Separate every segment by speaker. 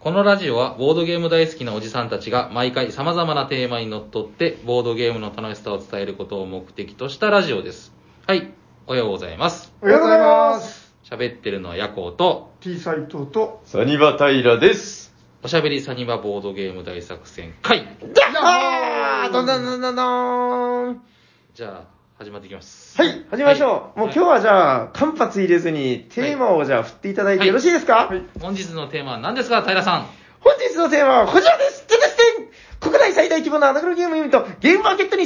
Speaker 1: このラジオはボードゲーム大好きなおじさんたちが毎回様々なテーマにのっとってボードゲームの楽しさを伝えることを目的としたラジオです。はい、おはようございます。
Speaker 2: おはようございます。
Speaker 1: 喋ってるのはヤコウと、
Speaker 2: T 斎藤と、
Speaker 3: サニバタイラです。
Speaker 1: おしゃべりサニバボードゲーム大作戦会
Speaker 4: あーどんどんどんどんどーん。
Speaker 1: じゃあ、始まっていきます。
Speaker 4: はい、始めましょう。
Speaker 1: は
Speaker 4: も
Speaker 1: いう
Speaker 4: 今日はじゃあ、間髪入れずに、テーマをじゃあ振っていただい
Speaker 1: は
Speaker 4: て
Speaker 1: い
Speaker 4: よろしいですか、
Speaker 2: はい
Speaker 1: 本日のテーマは何ですか、平さん。
Speaker 4: 本日のテーマはこちらですテテステン国内最大規模のアナログゲームイベント、ゲームマーケット2028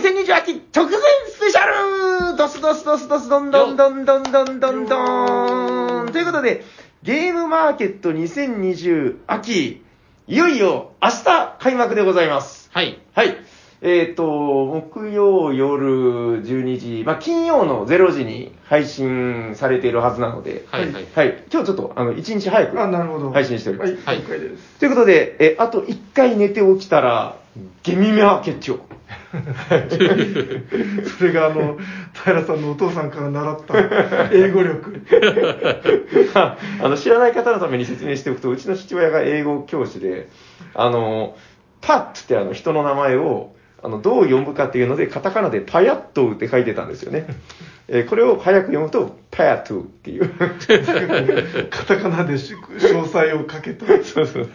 Speaker 4: 直前スペシャルドスドスドスドスどんどんどんどんどんどんどーんということで、ゲームマーケット2020秋、いよいよ明日開幕でございます。
Speaker 1: はい。
Speaker 4: はい。えっ、と、木曜夜12時、まあ、金曜の0時に配信されているはずなので、
Speaker 1: はいはい
Speaker 4: 今日ちょっと、あの、1日早く
Speaker 2: あ、なるほど。
Speaker 4: 配信しておりま
Speaker 2: は
Speaker 4: す。
Speaker 2: い、
Speaker 1: はい
Speaker 2: 了解です。
Speaker 4: ということで、え、あと1回寝て起きたら、ゲミマーケッチョ。
Speaker 2: それがあの、平さんのお父さんから習った英語 力。
Speaker 4: あの、知らない方のために説明しておくと、うちの父親が英語教師で、あの、パッツってあの、人の名前を、あの、どう読むかっていうので、カタカナでパヤットウって書いてたんですよね。えーこれを早く読むと、パヤットウっていう。
Speaker 2: カタカナでし詳細をかけた。は
Speaker 4: そうそう。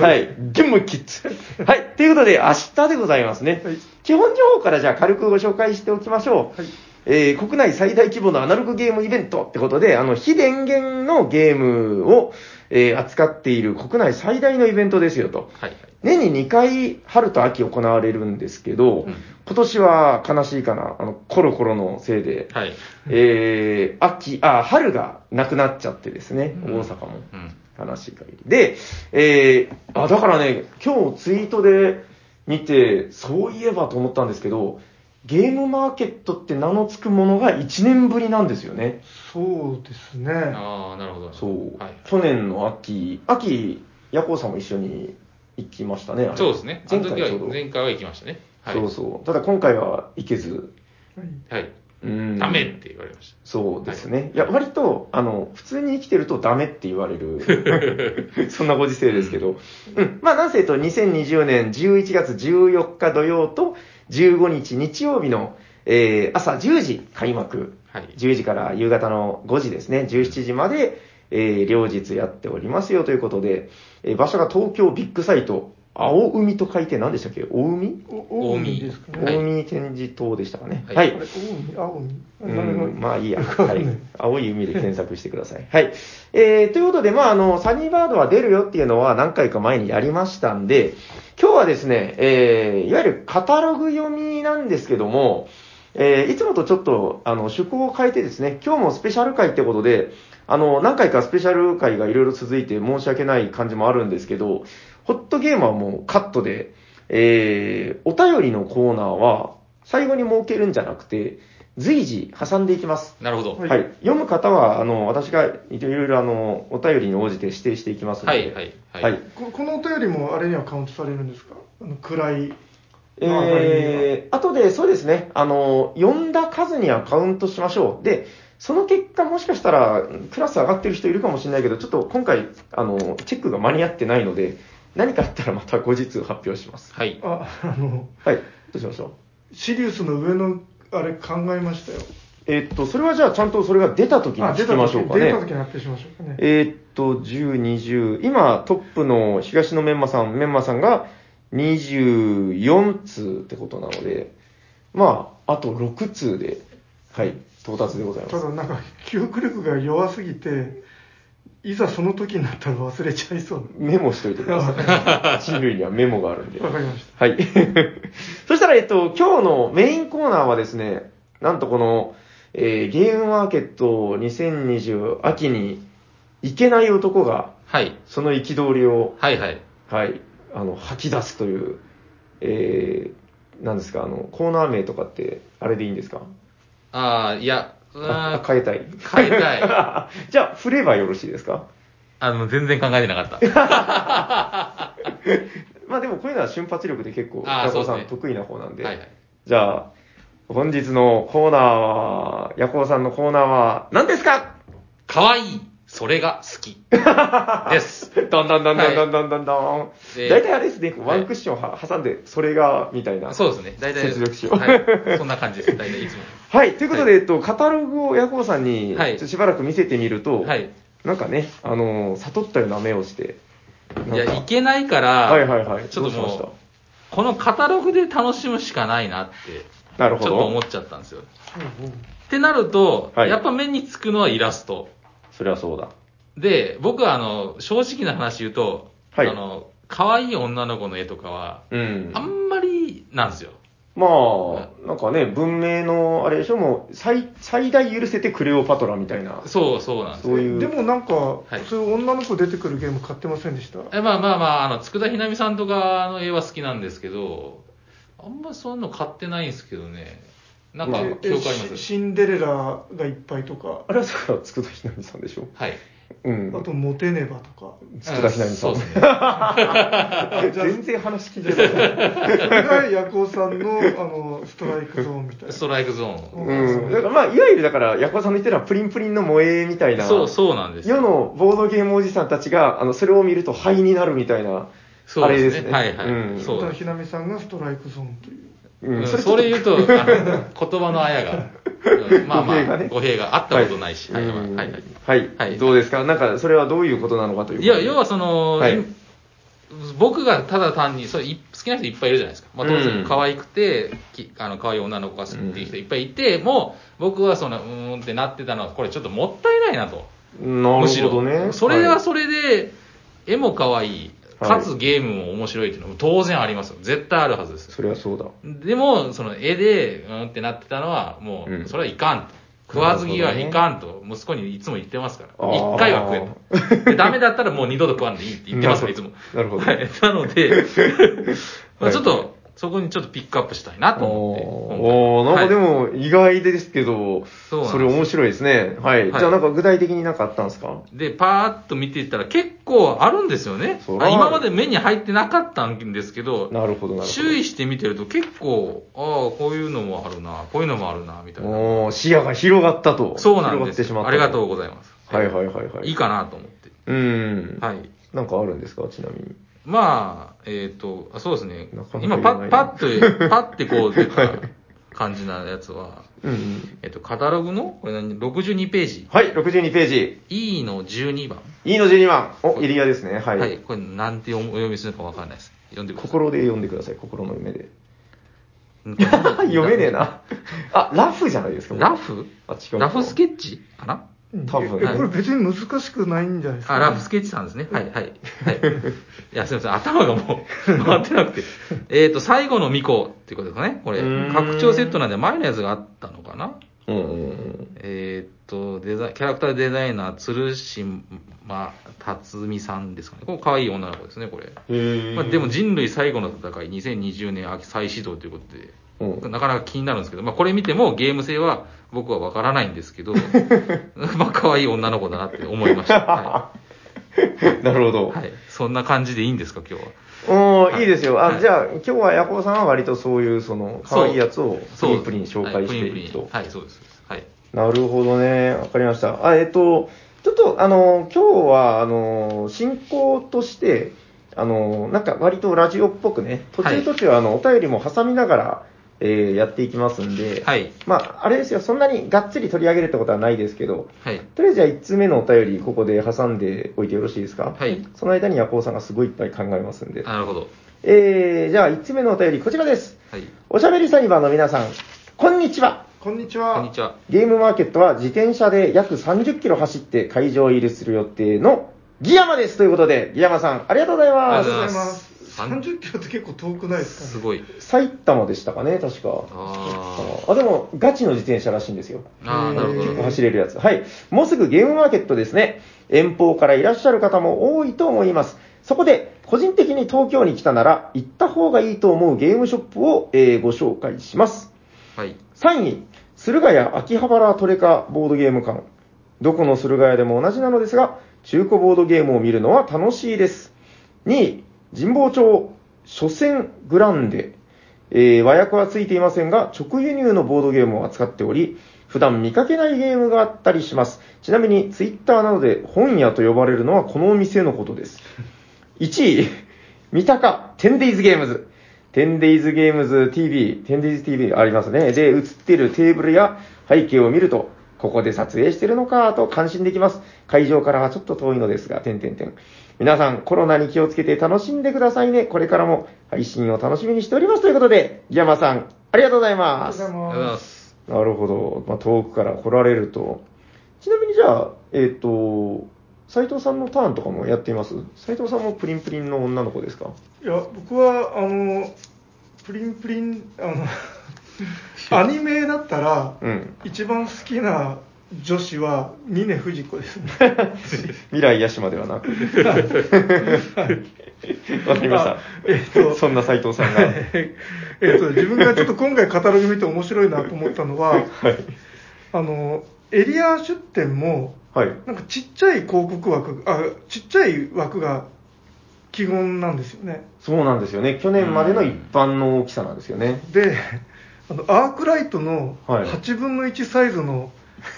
Speaker 4: はい。ゲームキッズ。はい。ということで、明日でございますね。
Speaker 2: はい
Speaker 4: 基本情報からじゃあ軽くご紹介しておきましょう。
Speaker 2: い。
Speaker 4: えー国内最大規模のアナログゲームイベントってことで、あの、非電源のゲームを、えー扱っている国内最大のイベントですよと。
Speaker 1: はいはい。
Speaker 4: 年に2回、春と秋行われるんですけど、
Speaker 1: うん
Speaker 4: 今年は悲しいかな、あの、コロコロのせいで、
Speaker 1: はい。
Speaker 4: えー秋、あ、春がなくなっちゃってですね、
Speaker 1: うん
Speaker 4: 大阪も。
Speaker 1: うん。
Speaker 4: 話がいる。で、えー、あ、だからね、今日ツイートで見て、そういえばと思ったんですけど、ゲームマーケットって名の付くものが1年ぶりなんですよね。
Speaker 2: そうですね。
Speaker 1: ああ、なるほど。
Speaker 4: そう。
Speaker 1: はい。
Speaker 4: 去年の秋、秋、ヤコウさんも一緒に行きましたね。あれ
Speaker 1: そうですね。あ
Speaker 4: 前
Speaker 1: の時
Speaker 4: 回
Speaker 1: は
Speaker 4: ちょうど。、
Speaker 1: 前回は行きましたね。はい。
Speaker 4: そうそう。ただ今回は行けず。
Speaker 2: はい
Speaker 1: はい。
Speaker 4: うん。
Speaker 1: ダメって言われまし
Speaker 4: そうですね。いや、割と、あの、普通に生きてるとダメって言われる、 そんなご時世ですけど。うん。まあ、なんせえと、2020年11月14日土曜と15日日曜日の、えー朝10時開幕。
Speaker 1: た。はい。
Speaker 4: 10時から夕方の5時ですね。17時まで、えー両日やっておりますよということで、えー場所が東京ビッグサイト、青海と書いて何でしたっけ青海
Speaker 2: お、近江ですか
Speaker 1: はい
Speaker 2: ね。
Speaker 4: 青海展示塔でしたかね。
Speaker 1: はい
Speaker 4: はい
Speaker 2: あれ、近江、青
Speaker 4: う
Speaker 2: 海。なるほど。
Speaker 4: ん、まあいいや。
Speaker 2: よくわか
Speaker 4: は
Speaker 2: んない
Speaker 4: い。青い海で検索してください。はい。えー、ということで、まああの、サニーバードは出るよっていうのは何回か前にやりましたんで、今日はですね、えー、いわゆるカタログ読みなんですけども、えー、いつもとちょっと、あの、趣向を変えてですね、今日もスペシャル回ってことで、あの、何回かスペシャル回がいろいろ続いて申し訳ない感じもあるんですけど、ホットゲームはもうカットで、えー、お便りのコーナーは、最後に設けるんじゃなくて、随時挟んでいきます。
Speaker 1: なるほど。
Speaker 2: は
Speaker 1: はいい。
Speaker 4: はい。読む方は、あの、私がいろいろ、あの、お便りに応じて指定していきますの
Speaker 1: は
Speaker 4: で。
Speaker 1: い。はい。
Speaker 4: はい。
Speaker 2: ここの音よりもあれにはカウントされるんですかあの暗い。
Speaker 4: えー、あとで、そうですね、あの、読んだ数にはカウントしましょう。で、その結果、もしかしたら、クラス上がってる人いるかもしれないけど、ちょっと今回、あの、チェックが間に合ってないので、何かあったらまた後日発表します。
Speaker 1: はい。
Speaker 2: あ、あの、
Speaker 4: はい。どうしましょう。
Speaker 2: シリウスの上の、あれ考えましたよ。
Speaker 4: えーっと、それはじゃあ、ちゃんとそれが出た時に
Speaker 2: あ、出
Speaker 4: 聞
Speaker 2: た
Speaker 4: きまし
Speaker 2: 時
Speaker 4: ょう
Speaker 2: に、
Speaker 4: かね。
Speaker 2: 出た時に発表しましょうかね。
Speaker 4: えーっと、10、20、今、トップの東のメンマさん、メンマさんが24通ってことなので、まあ、あと6通で、はい、到達でござい
Speaker 2: た
Speaker 4: ます
Speaker 2: だ。なんか記憶力が弱すぎていざその時になったら忘れちゃいそう
Speaker 4: メモしといてください。人類にはメモがあるんで。
Speaker 2: わかりまし
Speaker 4: はい。 そしたら、えっと、今日のメインコーナーはですね、なんとこの、えーゲームマーケット2020秋に行けない男が、
Speaker 1: はい。
Speaker 4: その憤りを
Speaker 1: はい。はい。
Speaker 4: はい、あの吐き出すという、えー、なんですか、あのコーナー名とかって、あれでいいんですか、
Speaker 1: ああ、いや、うー
Speaker 4: あ
Speaker 1: ん
Speaker 4: 変えたい。
Speaker 1: 変えたい。
Speaker 4: じゃあ、振ればよろしいですか、
Speaker 1: あの、全然考えてなかった。
Speaker 4: まあでも、こういうのは瞬発力で結構、
Speaker 1: あー
Speaker 4: ヤコウさ
Speaker 1: そうで
Speaker 4: ん、
Speaker 1: すね
Speaker 4: 得意な方なんで、
Speaker 1: はいはい。
Speaker 4: じゃあ、本日のコーナーは、ヤコウさんのコーナーは、何ですか
Speaker 1: かわいい、それが好 き。です。
Speaker 4: だんだんだんだんだんだんだんだん。
Speaker 1: で
Speaker 4: 大体あれですね、
Speaker 1: はい
Speaker 4: ワンクッションは挟んで、それが、みたいな。
Speaker 1: そうですね。大体。
Speaker 4: 接続詞を
Speaker 1: はい。そんな感じです。大体いつも。
Speaker 4: はい、ということで、えっと、カタログをヤコウさんに、
Speaker 1: はい
Speaker 4: ちょっとしばらく見せてみると、
Speaker 1: はい。
Speaker 4: なんかね、あのー悟ったような目をして、
Speaker 1: い
Speaker 4: なん
Speaker 1: や、
Speaker 4: か
Speaker 1: いけないから、
Speaker 4: はいはいはい。
Speaker 1: ちょっと
Speaker 4: どうしまし
Speaker 1: もう、このカタログで楽しむしかないなって、
Speaker 4: たなるほ
Speaker 1: ちょっと思
Speaker 4: ど
Speaker 1: っ。ちゃったんですよ。っ
Speaker 2: うんうん
Speaker 1: てなると、
Speaker 4: はい
Speaker 1: やっぱ目につくのはイラスト。
Speaker 4: それはそうだ。
Speaker 1: で、僕はあの、正直な話言うと、
Speaker 4: はい
Speaker 1: あの、可愛い女の子の絵とかは、
Speaker 4: うん
Speaker 1: あ。んまりなんですよ。
Speaker 4: まあ、なんかね、文明の、あれでしょ、もう、最、最大許せてクレオパトラみたいな。
Speaker 1: そうそうなんです
Speaker 4: そういう
Speaker 2: でもなんか、
Speaker 1: い
Speaker 2: そういう女の子出てくるゲーム買ってませんでした
Speaker 1: えまあまあまあ、あの、佃ひなみさんとかの絵は好きなんですけど、あんまそういうの買ってないんですけどね。なんか
Speaker 4: まあ、
Speaker 1: 記憶ありま
Speaker 2: し
Speaker 1: す
Speaker 2: シンデレラがいっぱいとか
Speaker 4: あれはそれは佃ひなみさんでしょ
Speaker 1: はい。
Speaker 4: うん。
Speaker 2: あとモテねばと か
Speaker 4: 佃ひなみさ
Speaker 1: うんそう。で すね。
Speaker 2: あじゃあ
Speaker 4: 全然話聞いてない。
Speaker 2: それがヤコウさんのあのストライクゾーンみたいな
Speaker 1: ストライクゾー ン。
Speaker 4: うん。だからまあ、いわゆるだから、ヤコウさんの言ってるのはプリンプリンの萌えみたいな。
Speaker 1: そう、そうなんですよ
Speaker 4: 世のボードゲームおじさんたちが、あの、それを見ると灰になるみたいな。
Speaker 1: そう
Speaker 4: あれ
Speaker 1: で
Speaker 4: ですす
Speaker 1: ね。
Speaker 4: ね
Speaker 1: はいはい。
Speaker 4: うん
Speaker 1: そう
Speaker 2: た
Speaker 1: だ
Speaker 2: だひなみさんがストライクゾーンという
Speaker 4: う
Speaker 1: うん
Speaker 4: ん。
Speaker 1: それ言うと、あの言葉のあや が、うんまあま
Speaker 4: 語弊が
Speaker 1: あ、
Speaker 4: ね
Speaker 1: 語弊があったことないし。はいは
Speaker 4: うん
Speaker 1: いはい。
Speaker 4: はい。
Speaker 1: はい
Speaker 4: どうですかなんか、それはどういうことなのかということ
Speaker 1: いや、要はその、
Speaker 4: はい
Speaker 1: い僕がただ単にそうい好きな人いっぱいいるじゃないですか。まあ、当
Speaker 4: う
Speaker 1: 然
Speaker 4: ん
Speaker 1: 可愛くて、きあの可愛い女の子が好きっていう人いっぱいいて、もう僕はその、うーんってなってたのは、これちょっともったいないなと。
Speaker 4: な
Speaker 1: む
Speaker 4: る
Speaker 1: し
Speaker 4: ほど
Speaker 1: ろ。
Speaker 4: ね。
Speaker 1: それはいそれで、絵も可愛い、
Speaker 4: はい
Speaker 1: かつゲームも面白いっていうのも当然ありますよ。絶対あるはずですよ。
Speaker 4: それはそうだ。
Speaker 1: でも、その絵で、うーんってなってたのは、も
Speaker 4: う
Speaker 1: う、
Speaker 4: ん
Speaker 1: それはいかんと。食わず嫌はいかんと、息子にいつも言ってますから。
Speaker 4: あー
Speaker 1: 一回は食え と。でダメだったらもう二度と食わんでいいって言ってますから、いつも。
Speaker 4: なるほど。
Speaker 1: はいなの で、まあちょっ
Speaker 4: はい
Speaker 1: と、そこにちょっとピックアップしたいなと
Speaker 4: おーおー
Speaker 1: 思
Speaker 4: なん
Speaker 1: って。
Speaker 4: かで
Speaker 1: も、
Speaker 4: も意外ですけど、
Speaker 1: そうなんです
Speaker 4: れ面白いですね。はい。
Speaker 1: はい
Speaker 4: じゃあなんか具体的になんかあったんですか
Speaker 1: で、パーッと見ていったら結構あるんですよね。
Speaker 4: そら
Speaker 1: あ今まで目に入ってなかったんですけど、
Speaker 4: なるほど、なる
Speaker 1: 注意して見てると結構、ああ、こういうのもあるな、こういうのもあるな、みた
Speaker 4: ほ
Speaker 1: いな。
Speaker 4: ど。おー視野が広がったと。
Speaker 1: そうなん
Speaker 4: 広
Speaker 1: で
Speaker 4: がって
Speaker 1: す
Speaker 4: しまっ
Speaker 1: よ。
Speaker 4: た。
Speaker 1: ありがとう
Speaker 4: う。
Speaker 1: ございます。
Speaker 4: はいはいはいはい。
Speaker 1: いいかなと思って。
Speaker 4: うん。
Speaker 1: はい。
Speaker 4: なんかあるんですかちなみに。
Speaker 1: まあ、えっ、と、あそうですね
Speaker 4: なか。なか
Speaker 1: 今、パ
Speaker 4: 言え
Speaker 1: ッ、パ
Speaker 4: ない
Speaker 1: ッと、パッてこう出た感じなやつは、
Speaker 4: うんうん。
Speaker 1: えっ、と、カタログの、これ何 ?62 ページ。
Speaker 4: はい、62ページ。
Speaker 1: E の12番。
Speaker 4: E の12番。お、入谷ですね。は。
Speaker 1: はいい。これ、なんておお読みするのかわかんないです。読んでください。
Speaker 4: 心で読んでください。心の 目で。
Speaker 1: うん
Speaker 4: 読めねえな。あ、ラフじゃないですか。
Speaker 1: ラフ
Speaker 4: あ、違うか。
Speaker 1: ラフスケッチかな
Speaker 4: 多分
Speaker 2: ええこれ別に難しくないんじゃないですか、
Speaker 1: あ、ラフスケッチさんですね。はい、 はい。はい。いや、すみません。頭がもう回ってなくて。えっ、と、最後の巫女っていうことですかね。これ
Speaker 4: うー、ん
Speaker 1: 拡張セットなんで前のやつがあったのかな
Speaker 4: うんうんうん。
Speaker 1: えっ、と、デザインキャラクターデザイナー、鶴島辰巳さんですかね。これ、可愛い女の子ですね、これ。
Speaker 4: へー
Speaker 1: まあ、でも、人類最後の戦い、2020年秋再始動ということで、
Speaker 4: うん
Speaker 1: なかなか気になるんですけど、まあ、これ見てもゲーム性は僕はわからないんです けど、まあ、可愛い女の子だなって思いました。はい
Speaker 4: なるほど。
Speaker 1: はい。そんな感じでいいんですか、今日は。
Speaker 4: お
Speaker 1: は
Speaker 4: ー
Speaker 1: い
Speaker 4: いいですよ。
Speaker 1: は
Speaker 4: あ、
Speaker 1: い
Speaker 4: じゃあ、今日はヤコウさんは割とそういう、その、可愛いやつを、プ
Speaker 1: そう
Speaker 4: リンプリン紹介して
Speaker 1: はい、プリン
Speaker 4: いくと。
Speaker 1: プリンはい、そうです。はい。
Speaker 4: なるほどね。わかりました。あ、えっと、ちょっと、あの、今日は、あの、進行として、あの、なんか割とラジオっぽくね、途
Speaker 1: は
Speaker 4: 中
Speaker 1: い
Speaker 4: 途中、あの、お便りも挟みながら、えーやっていきますんで、
Speaker 1: はい。
Speaker 4: まあ、あれですよ、そんなにがっつり取り上げるってことはないですけど、
Speaker 1: はい。
Speaker 4: とりあえずじゃあ1通目のお便り、ここで挟んでおいてよろしいですか
Speaker 1: はい。
Speaker 4: その間にヤコウさんがすごいいっぱい考えますんで。
Speaker 1: なるほど。
Speaker 4: えー、じゃあ1つ目のお便り、こちらです。
Speaker 1: はい。
Speaker 4: おしゃべりサニバーの皆さん、こんにちは。
Speaker 2: こんにち
Speaker 1: こ
Speaker 2: は
Speaker 1: んにちは。
Speaker 4: ゲームマーケットは自転車で約30キロ走って会場入りする予定のギヤマです。ということで、ギヤマさん、ありがとうござい
Speaker 2: あ
Speaker 4: ま
Speaker 2: りがと
Speaker 4: す
Speaker 2: うござい
Speaker 1: ありがとうござい
Speaker 2: ま
Speaker 1: ます
Speaker 2: す30キロって結構遠くないですか、ね、
Speaker 1: すごい。
Speaker 4: 埼玉でしたかね、確か。
Speaker 1: あ
Speaker 4: あ、でも、ガチの自転車らしいんですよ。
Speaker 1: あ。ああ、なるほ
Speaker 4: 結構
Speaker 1: ど。
Speaker 4: 走れるやつ。はい。もうすぐゲームマーケットですね。遠方からいらっしゃる方も多いと思います。そこで、個人的に東京に来たなら、行った方がいいと思うゲームショップを、えーご紹介します。
Speaker 1: はい。
Speaker 4: 3位、駿河屋秋葉原トレカボードゲーム館。どこの駿河屋でも同じなのですが、中古ボードゲームを見るのは楽しいです。2位、神保町初戦グランデ。えー和訳はついていませんが、直輸入のボードゲームを扱っており、普段見かけないゲームがあったりします。ちなみに、ツイッターなどで本屋と呼ばれるのはこのお店のことです。1位、三鷹、10days games。10days games TV、10days TV ありますね。で、映ってるテーブルや背景を見ると、ここで撮影してるのかと感心できます。会場からはちょっと遠いのですが、点点点。皆さん、コロナに気をつけて楽しんでくださいね。これからも配信を楽しみにしておりますということで、ギヤマさん、ありがとうござい
Speaker 2: あ
Speaker 4: ま
Speaker 2: りが
Speaker 4: す
Speaker 2: と。う
Speaker 1: ありがとうござい
Speaker 2: ござい
Speaker 1: ま
Speaker 2: ます。
Speaker 1: す。
Speaker 4: なるほど。まあ、遠くから来られると。ちなみにじゃあ、えっ、と、斉藤さんのターンとかもやっています斉藤さんもプリンプリンの女の子ですか
Speaker 2: いや、僕は、あの、プリンプリン、 あの、アニメだったら、
Speaker 4: うん。
Speaker 2: 一番好きな女子は、峰ネフジコ ですね。
Speaker 4: 未来ヤシマではなく。わかりました
Speaker 2: あ。えっと
Speaker 4: そんな斉藤さんが。
Speaker 2: えっと、自分がちょっと今回カタログ見て面白いなと思ったの は、
Speaker 4: はい。
Speaker 2: あの、エリア出店も、
Speaker 4: はい。
Speaker 2: なんかちっちゃい広告枠、あ、ちっちゃい枠が基本なんですよね。
Speaker 4: そうなんですよね。去年までの一般の大きさなんですよね。
Speaker 2: で、あの、アークライトの
Speaker 4: はい
Speaker 2: 8分の1サイズの、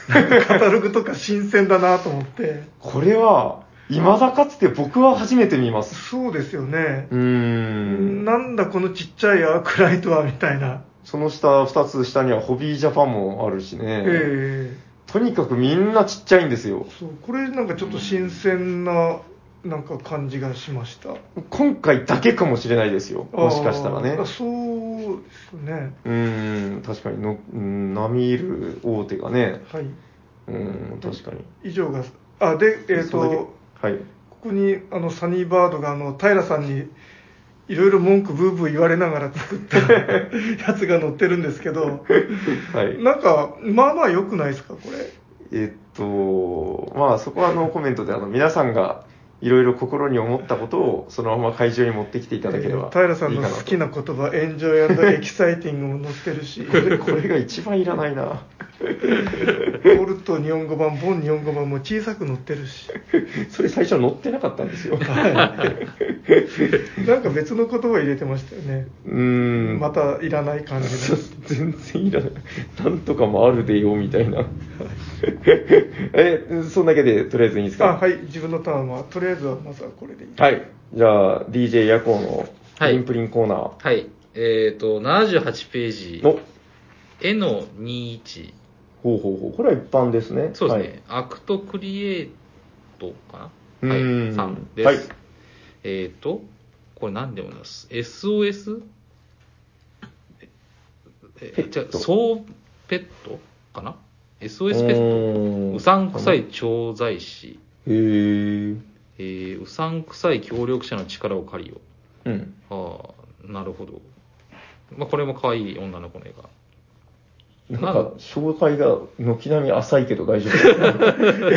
Speaker 2: なんかカタログとか新鮮だなと思って。
Speaker 4: これは、未だかつて僕は初めて見ます。
Speaker 2: そうですよね
Speaker 4: う。ーん。
Speaker 2: なんだこのちっちゃいアークライトはみたいな。
Speaker 4: その下、二つ下にはホビージャパンもあるしね。
Speaker 2: え
Speaker 4: とにかくみんなちっちゃいんですよ
Speaker 2: え。そう、これなんかちょっと新鮮な、なんか感じがしました。
Speaker 4: 今回だけかもしれないですよ。もしかしたらね
Speaker 2: あー。そうですね。
Speaker 4: うーん、確かにの、うん、並みいる大手がね。
Speaker 2: はい。
Speaker 4: うーん、確かに。
Speaker 2: 以上が、あ、で、えっ、
Speaker 4: それだ
Speaker 2: と、
Speaker 4: けはい。
Speaker 2: ここにあのサニーバードがあの平さんにいろいろ文句ブーブー言われながら作った やつが載ってるんですけど、
Speaker 4: はい。
Speaker 2: なんか、まあまあ良くないですか、これ。
Speaker 4: えっと、まあそこはあのコメントであの皆さんがいろいろ心に思ったことをそのまま会場に持ってきていただければいいか
Speaker 2: えー
Speaker 4: なと。
Speaker 2: 平さんの好きな言葉、エンジョイエキサイティングも載ってるし、
Speaker 4: これこれが一番いらないな。
Speaker 2: オルト日本語版、ボン日本語版も小さく載ってるし、
Speaker 4: それ最初載ってなかったんですよ。
Speaker 2: なんか別の言葉入れてましたよね。
Speaker 4: うーん。
Speaker 2: またいらない感じの。
Speaker 4: 全然いらない。なんとかもあるでよ、みたいな。え、そんだけで、とりあえずいいですか
Speaker 2: あ、はい、自分のターンは、とりあえずはまずはこれでいい。
Speaker 4: はい。じゃあ、DJ 夜行のプリンプリンコーナー。
Speaker 1: はい。えっ、ー、と、78ページ。
Speaker 4: の、
Speaker 1: 絵の21。
Speaker 4: ほうほうほう。これは一般ですね。
Speaker 1: そうですね。アクトクリエイトかな
Speaker 4: う
Speaker 1: はい
Speaker 4: ー。ん
Speaker 1: さんです。
Speaker 4: はい
Speaker 1: えっ、と、これ何で読みます ?SOS? え、
Speaker 4: ペ
Speaker 1: え
Speaker 4: ッ
Speaker 1: じゃ
Speaker 4: ト
Speaker 1: あ、そうペットかな
Speaker 4: はい。
Speaker 1: ?SOS ペット
Speaker 4: う
Speaker 1: うさんくさ
Speaker 4: へ
Speaker 1: い調剤師。
Speaker 4: え。
Speaker 1: えー、うさんくさい協力者の力を借りよ
Speaker 4: うん。
Speaker 1: う。ああ、なるほど。まあ、これも可愛い女の子の絵が。
Speaker 4: なん
Speaker 1: な
Speaker 4: か
Speaker 1: ん、
Speaker 4: 紹介が軒並み浅いけど大丈夫。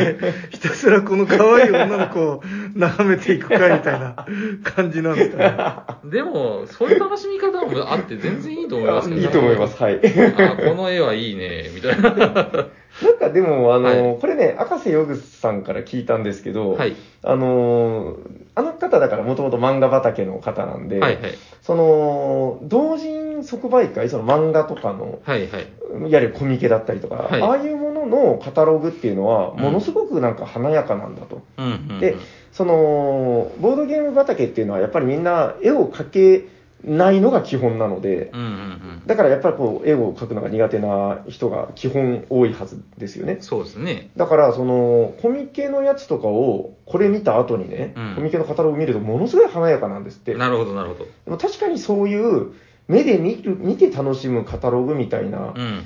Speaker 2: ひたすらこの可愛い女の子を眺めていくかみたいな感じなんですかね。
Speaker 1: でも、そういう楽しみ方もあって全然いいと思いますけ ど、
Speaker 4: いいと思います。。はい。
Speaker 1: あ、この絵はいいね、みたいな。
Speaker 4: なんかでも、あの、
Speaker 1: は
Speaker 4: これね、赤瀬ヨグさんから聞いたんですけど、
Speaker 1: はい
Speaker 4: あの、あの方だからもともと漫画畑の方なんで、
Speaker 1: はいはい。
Speaker 4: その、同人即売会、その漫画とかの、
Speaker 1: はいはい。
Speaker 4: いわゆるコミケだったりとか、
Speaker 1: はい
Speaker 4: ああいうもののカタログっていうのは、
Speaker 1: うん
Speaker 4: ものすごくなんか華やかなんだと。
Speaker 1: うんうんうん
Speaker 4: で、その、ボードゲーム畑っていうのは、やっぱりみんな絵を描けないのが基本なので、
Speaker 1: うんうんうん。
Speaker 4: だからやっぱりこう、絵を描くのが苦手な人が基本多いはずですよね。
Speaker 1: そうですね。
Speaker 4: だから、その、コミケのやつとかを、これ見た後にね、
Speaker 1: うん
Speaker 4: コミケのカタログ見ると、ものすごい華やかなんですって。
Speaker 1: なるほどなるほど。
Speaker 4: でも確かにそういう、目で見る、見て楽しむカタログみたいな
Speaker 1: うん、うんうん。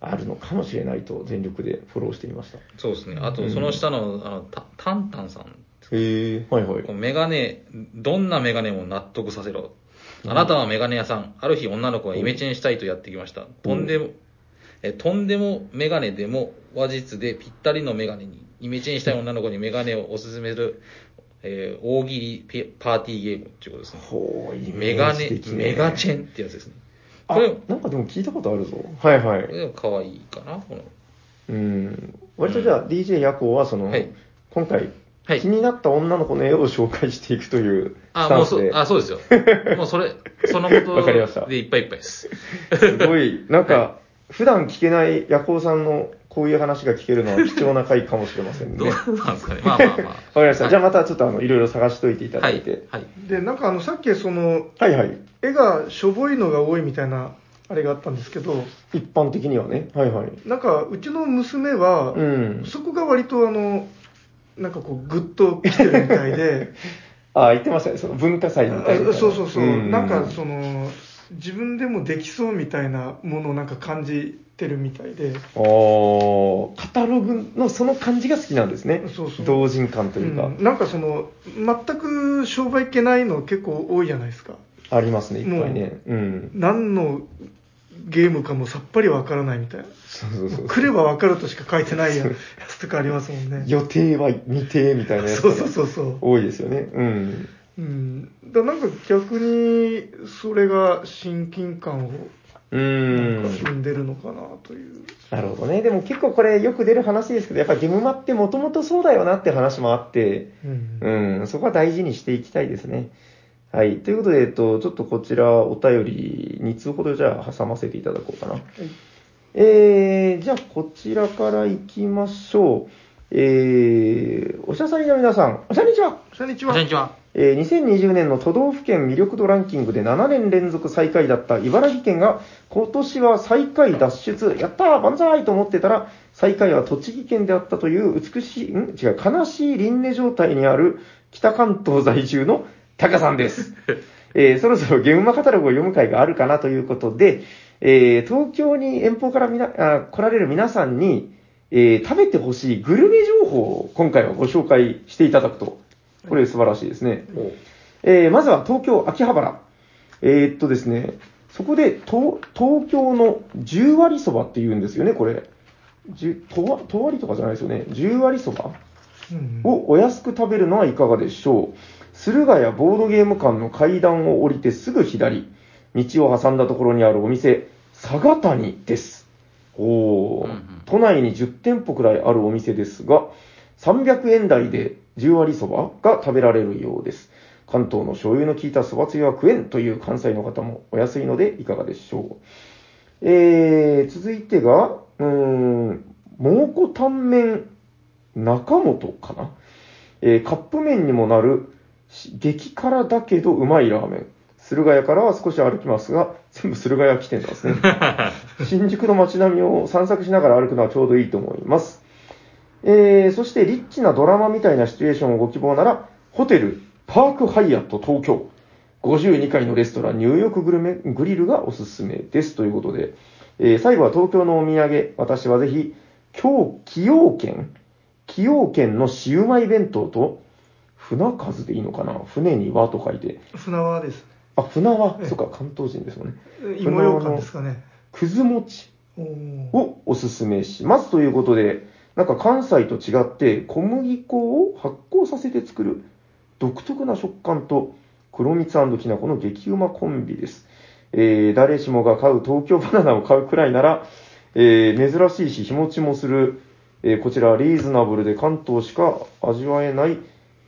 Speaker 4: あるのかもしれないと、全力でフォローしていました。
Speaker 1: そうですね。あと、その下の、あの、たタンタンさん。
Speaker 4: へえ、はいは
Speaker 1: こうメガネ、どんなメガネも納得させろ。あなたはメガネ屋さん。ある日女の子がイメチェンしたいとやってきました。とんでも、え、とんでもメガネでも話術でぴったりのメガネに、イメチェンしたい女の子にメガネをおすすめする、えー大喜利ペパーティーゲームっていうことですね。
Speaker 4: ほう、イメ
Speaker 1: メガ
Speaker 4: ー
Speaker 1: ネ
Speaker 4: ジ的、ね
Speaker 1: メガチェンってやつですね。
Speaker 4: あ
Speaker 1: これ、こ
Speaker 4: なんかでも聞いたことあるぞ。はいは
Speaker 1: れ
Speaker 4: い。
Speaker 1: でも可愛いかな、この。
Speaker 4: うん。割とじゃあ、DJ 夜行は、その、
Speaker 1: はい
Speaker 4: 今回、
Speaker 1: はい
Speaker 4: 気になった女の子の絵を紹介していくという
Speaker 1: あ、も
Speaker 4: スタ
Speaker 1: う
Speaker 4: ンス
Speaker 1: そ
Speaker 4: で、、
Speaker 1: あ、そうです よ。もうそれ、そのこ
Speaker 4: わかりました
Speaker 1: とでいっぱいいっぱいです。
Speaker 4: すごい、なんか、普段聞けないヤコウさんのこういう話が聞けるのは貴重な回かもしれません ね。
Speaker 1: どう
Speaker 4: わか
Speaker 1: なんですかね。まあまあまあ。
Speaker 4: りました。じゃあ
Speaker 1: は
Speaker 4: またちょっとあの、いろいろ探しといていただ
Speaker 1: はいい
Speaker 4: て。。
Speaker 1: はい。
Speaker 2: で、なんかあの、さっきその、
Speaker 4: はい、はい。
Speaker 2: 絵がしょぼいのが多いみたいな、あれがあったんですけど、
Speaker 4: 一般的にはね。はいはい。
Speaker 2: なんか、うちの娘は、
Speaker 4: うん。
Speaker 2: そこが割とあの、なんかこう、ぐっと来てるみたい で、
Speaker 4: ああ、言ってましたね。その文化祭みたいな。
Speaker 2: あそうそうそう、
Speaker 4: ん
Speaker 2: なんかその、自分でもできそうみたいなものをなんか感じてるみたいで、
Speaker 4: おーカタログのその感じが好きなんですね。
Speaker 2: そうそう
Speaker 4: 同人感というか、
Speaker 2: うんなんかその、全く商売系ないの結構多いじゃないですか。
Speaker 4: ありますね、いっぱいね。うん。
Speaker 2: 何のゲームかもさっぱりわからないみたいな。
Speaker 4: そうそうそう。
Speaker 2: 来ればわかるとしか書いてないややつとかありますもんね。
Speaker 4: 予定は未定みたいなやつ
Speaker 2: そうそう
Speaker 4: が
Speaker 2: そうそう。
Speaker 4: 多いですよね。うん。
Speaker 2: うん、だなんか逆にそれが親近感を
Speaker 4: う
Speaker 2: なん
Speaker 4: ん
Speaker 2: か。生んでるのかなという、
Speaker 4: なるほどね。でも結構これよく出る話ですけど、やっぱゲムマってもともとそうだよなって話もあって、
Speaker 2: うん
Speaker 4: うん、そこは大事にしていきたいですね。はい。ということで、えっと、ちょっとこちらお便り2通ほどじゃあ挟ませていただこうかな。えー、じゃあこちらから行きましょう。えー、おしゃさりの皆さん、おしゃにちは
Speaker 2: こんにち
Speaker 1: こ
Speaker 2: は
Speaker 1: んにちは。
Speaker 4: えー2020年の都道府県魅力度ランキングで7年連続最下位だった茨城県が、今年は最下位脱出、やったー、万歳と思ってたら、最下位は栃木県であったという美しい、ん違う、悲しい輪廻状態にある北関東在住のタカさんです。えーそろそろゲームマカタログを読む会があるかなということで、えー東京に遠方からみなあ来られる皆さんに、えー食べてほしいグルメ情報を今回はご紹介していただくと。これ素晴らしいですね。えーまずは東京、秋葉原。えーっとですね、そこで、と東京の10割そばって言うんですよね、これ。10とわとわりとかじゃないですよね。10割そば
Speaker 2: うん
Speaker 4: をお安く食べるのはいかがでしょう駿河屋ボードゲーム館の階段を降りてすぐ左、道を挟んだところにあるお店、佐賀谷です。おー、
Speaker 1: うんうん
Speaker 4: 都内に10店舗くらいあるお店ですが、300円台で10割そばが食べられるようです。関東の醤油の効いたそばつゆは食えんという関西の方もお安いのでいかがでしょう。えー、続いてが、うーん、蒙古タンメン中本かな、えーカップ麺にもなるし激辛だけどうまいラーメン。駿河屋からは少し歩きますが、全部駿河屋来てんですね。 新宿の街並みを散策しながら歩くのはちょうどいいと思います。えー、そしてリッチなドラマみたいなシチュエーションをご希望なら、ホテル、パークハイアット東京、52階のレストラン、ニューヨークグルメ、グリルがおすすめです。ということで、えー、最後は東京のお土産、私はぜひ、京、崎陽軒崎陽軒のシウマイ弁当と、船数でいいのかな船に和と書いて。
Speaker 2: 船輪です
Speaker 4: あ、船和
Speaker 2: ええ
Speaker 4: そっか、関東人ですもんね。
Speaker 2: ね芋ようかんですかね
Speaker 4: くず餅
Speaker 2: おー
Speaker 4: をおすすめしますということで、なんか関西と違って小麦粉を発酵させて作る独特な食感と黒蜜きな粉の激うまコンビです。えー誰しもが買う東京バナナを買うくらいなら、えー珍しいし日持ちもする、えーこちらリーズナブルで関東しか味わえない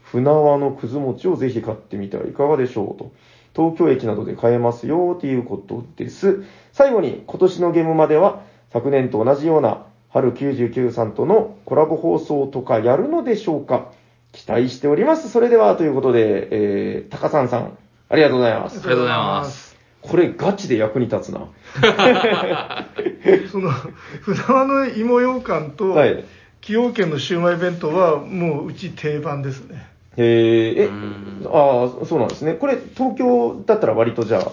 Speaker 4: 船輪のくず餅をぜひ買ってみてはいかがでしょうと。東京駅などで買えますよということです。最後に今年のゲームまでは昨年と同じような春99さんとのコラボ放送とかやるのでしょうか期待しております。それではということで、えー、高さんさん、ありがとうございま
Speaker 1: あり
Speaker 4: す。
Speaker 1: がとうございます。
Speaker 4: これガチで役に立つな。
Speaker 2: その船輪の芋ようかんと
Speaker 4: はい。
Speaker 2: 崎陽軒のシウマイ弁当はもううち定番ですね
Speaker 4: えー、え
Speaker 1: うん、
Speaker 4: ああ、そうなんですね。これ東京だったら割とじゃあ、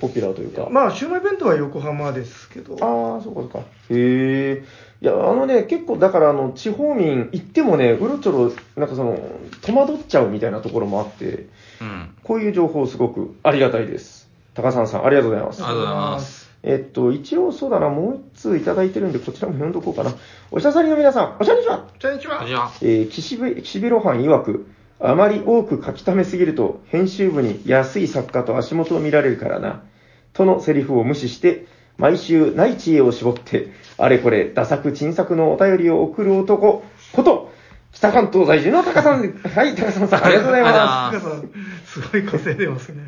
Speaker 4: ポピュラーというか。
Speaker 2: まあシウマイ弁当は横浜ですけど
Speaker 4: ああ、そうかそうか。へえ。いや、あのね、結構だから、あの、地方民行ってもね、うろちょろ、なんかその、戸惑っちゃうみたいなところもあって、
Speaker 1: うん。
Speaker 4: こういう情報すごくありがたいです。高さんさん、ありがとうございま
Speaker 1: あり
Speaker 4: す
Speaker 1: が。とうございます。
Speaker 4: えっと、一応そうだな、もう一通いただいてるんで、こちらも読んどこうかな。おしゃさりの皆さん、おしゃれにちは
Speaker 2: こんにち
Speaker 1: こん
Speaker 2: は
Speaker 1: にちは。
Speaker 4: えー岸辺岸辺露伴曰く、あまり多く書き溜めすぎると、編集部に安い作家と足元を見られるからな、とのセリフを無視して、毎週ない知恵を絞って、あれこれ、打作、沈作のお便りを送る男、こと、北関東在住のタカさん、はい、タカさんさん、ありがとうございます。
Speaker 1: あ
Speaker 2: 皆さん、すごい稼いでますね。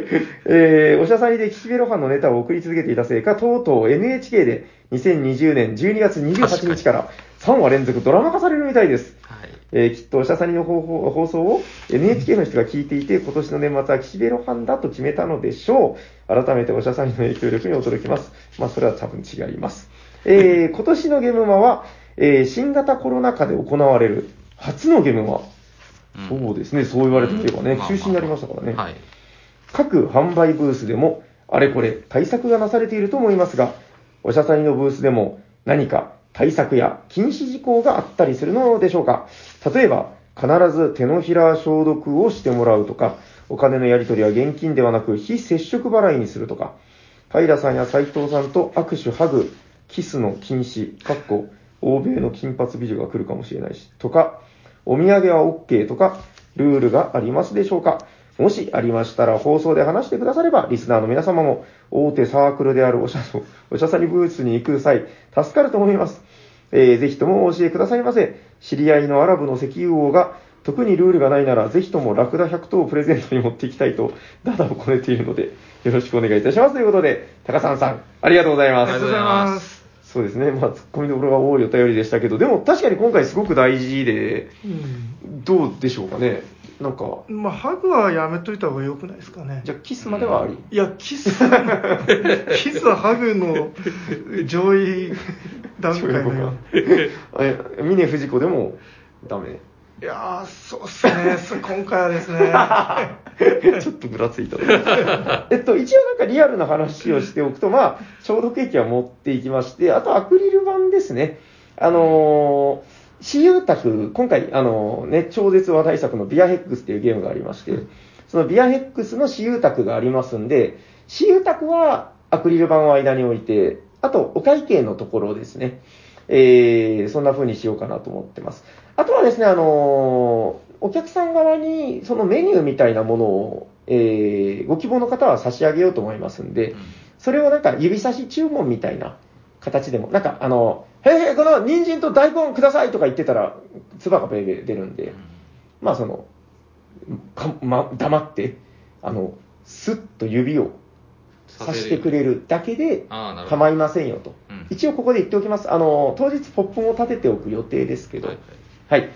Speaker 4: えーおしゃさりで岸辺露伴のネタを送り続けていたせいか、とうとう NHK で2020年12月28日から3話連続ドラマ化されるみたいです。
Speaker 1: はい。
Speaker 4: えーきっとおしゃさりの方法放送を NHK の人が聞いていて、今年の年末は岸辺露伴だと決めたのでしょう。改めておしゃさりの影響力に驚きます。まあ、それは多分違います。え ー今年のゲムマは、えー新型コロナ禍で行われる初のゲムマ。
Speaker 1: うん
Speaker 4: そうですね、そう言われてみればね、
Speaker 1: まあまあ
Speaker 4: 中止になりましたからね。
Speaker 1: はい。
Speaker 4: 各販売ブースでも、あれこれ対策がなされていると思いますが、おしゃさりのブースでも何か対策や禁止事項があったりするのでしょうか例えば、必ず手のひら消毒をしてもらうとか、お金のやり取りは現金ではなく非接触払いにするとか、平さんや斉藤さんと握手、ハグ、キスの禁止、かっこ、欧米の金髪美女が来るかもしれないし、とか、お土産は OK とか、ルールがありますでしょうかもしありましたら放送で話してくだされば、リスナーの皆様も大手サークルであるおしゃ、おしゃさにブースに行く際、助かると思います。えーぜひともお教えくださいませ。知り合いのアラブの石油王が、特にルールがないなら、ぜひともラクダ100頭をプレゼントに持っていきたいと、ダダをこねているので、よろしくお願いいたします。ということで、高さんさん、ありがとうござい
Speaker 1: あり
Speaker 4: ます
Speaker 1: がとう。ございます。
Speaker 4: そうですね。まあ、突っ込みどころが多いお便りでしたけど、でも確かに今回すごく大事で、どうでしょうかね。なんか、
Speaker 2: うん。まあ、ハグはやめといた方が良くないですかね
Speaker 4: じ。ゃあキスまではあり。
Speaker 2: いや、キス、 キスはハグの上位段階のような。
Speaker 4: え、峰不二子でもダメ。
Speaker 2: いやー、そうっすね。そ今回はですね。
Speaker 4: ちょっとぐらついた。えっと、一応なんかリアルな話をしておくと、まあ、消毒液は持っていきまして、あとアクリル板ですね。あのー、私有宅、今回、あのーね、超絶話題作のビアヘックスっていうゲームがありまして、そのビアヘックスの私有宅がありますんで、私有宅はアクリル板を間に置いて、あとお会計のところですね。えー、そんな風にしようかなと思ってます。あとはですね、あのーお客さん側にそのメニューみたいなものを、えー、ご希望の方は差し上げようと思いますんで、それをなんか指差し注文みたいな形でも、なんかあの、へいへい、この人参と大根くださいとか言ってたら、唾がベーベー出るんで、まあその、かま、黙って、あの、スッと指をさしてくれるだけで
Speaker 1: ああ、なるほど。
Speaker 4: 構いませんよと。
Speaker 1: うん
Speaker 4: 一応ここで言っておきます。あの、当日ポップンを立てておく予定ですけど、
Speaker 1: はい
Speaker 4: はい。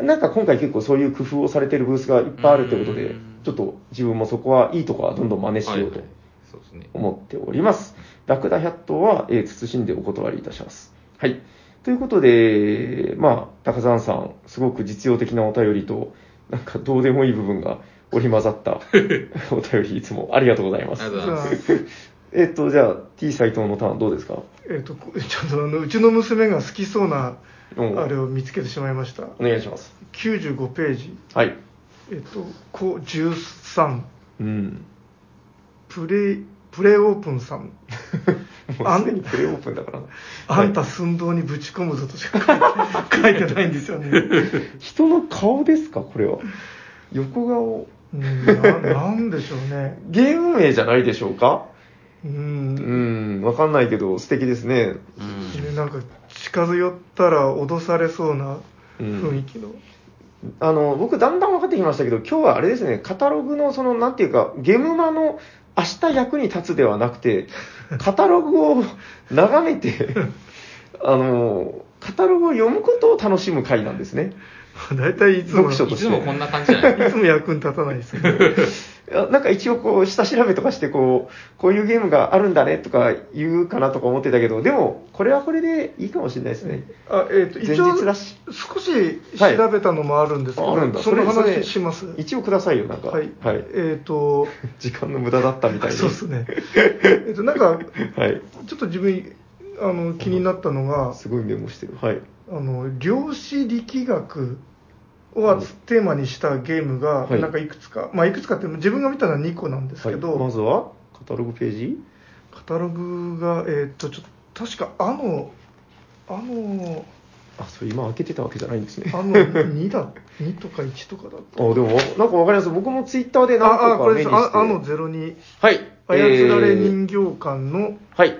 Speaker 4: なんか今回結構そういう工夫をされてるブースがいっぱいあるということ
Speaker 1: う
Speaker 4: で
Speaker 1: ん、
Speaker 4: ちょっと自分もそこはいいとこはどんどん真似しよう
Speaker 1: はいは
Speaker 4: と
Speaker 1: いそうですね。
Speaker 4: 思っております。ラクダ100頭は、えー慎んでお断りいたします。はい。ということで、まあ、高山さん、すごく実用的なお便りと、なんかどうでもいい部分が織り交ざった お便り、いつもありがとうございま
Speaker 1: あり
Speaker 4: す
Speaker 1: が。とうございます。
Speaker 2: じゃあ
Speaker 4: えっと、じゃあ、T 斎藤のターンどうですか
Speaker 2: えっ、と、こちょっとあの、うちの娘が好きそうな、
Speaker 4: うん
Speaker 2: あれを見つけてしまいました。
Speaker 4: お願いします。
Speaker 2: 95ページ、
Speaker 4: はい。
Speaker 2: えっ、と、子13、
Speaker 4: うん。
Speaker 2: プレイ、プレイオープンさん。
Speaker 4: もうすでにプレイオープンだからな。
Speaker 2: あんた寸胴にぶち込むぞとしか書いて書いてないんですよね。
Speaker 4: 人の顔ですかこれは。横顔。
Speaker 2: うんななんでしょうね。
Speaker 4: ゲーム名じゃないでしょうか
Speaker 2: う。
Speaker 4: うんん、わかんないけど、素敵ですね。
Speaker 1: うん
Speaker 2: ねなんか、近づよったら脅されそうな
Speaker 4: うん
Speaker 2: 雰囲気の。
Speaker 4: あの、僕、だんだん分かってきましたけど、今日はあれですね、カタログの、その、なんていうか、ゲムマの明日役に立つではなく て、カタログを眺めて、あの、カタログを読むことを楽しむ回なんですね。
Speaker 2: 大体いつも、い
Speaker 4: 読書と
Speaker 1: い
Speaker 4: して
Speaker 1: つもこんな感じじゃない
Speaker 2: つも役に立たないですけ ど。
Speaker 4: いやなんか一応こう、下調べとかして、こう、こういうゲームがあるんだねとか言うかなとか思ってたけど、でも、これはこれでいいかもしれないですね。
Speaker 2: あえっと
Speaker 4: 前
Speaker 2: 一応
Speaker 4: 日だし
Speaker 2: 少し調べたのもあるんですけど、
Speaker 4: あるんだ。
Speaker 2: その
Speaker 4: れれ
Speaker 2: 話します
Speaker 4: 一応くださいよ、なんか。
Speaker 2: はい、えっ、と
Speaker 4: 時間の無駄だったみたいに。
Speaker 2: そうですねえっとなんか
Speaker 4: はい。
Speaker 2: ちょっと自分あの気になったのが
Speaker 4: すごいメモしてる。はい。
Speaker 2: あの量子力学をあつテーマにしたゲームが、
Speaker 4: はい
Speaker 2: なんかいくつか、まあ、いくつかって自分が見たのは2個なんですけど、
Speaker 4: はいまずは、カタログページ
Speaker 2: カタログが、えっとちょっと確かあのあの
Speaker 4: あ、それ今開けてたわけじゃないんですね。
Speaker 2: あの2だ2とか1とかだっ
Speaker 4: あ、でも、なんかわかります。僕もツイッターで
Speaker 2: た
Speaker 4: 何
Speaker 2: ああ
Speaker 4: 個
Speaker 2: こ
Speaker 4: か
Speaker 2: れで
Speaker 4: 目にし
Speaker 2: す
Speaker 4: て。
Speaker 2: ああの02
Speaker 4: はい。
Speaker 2: 操られ
Speaker 4: えー
Speaker 2: 人形館の
Speaker 4: はい。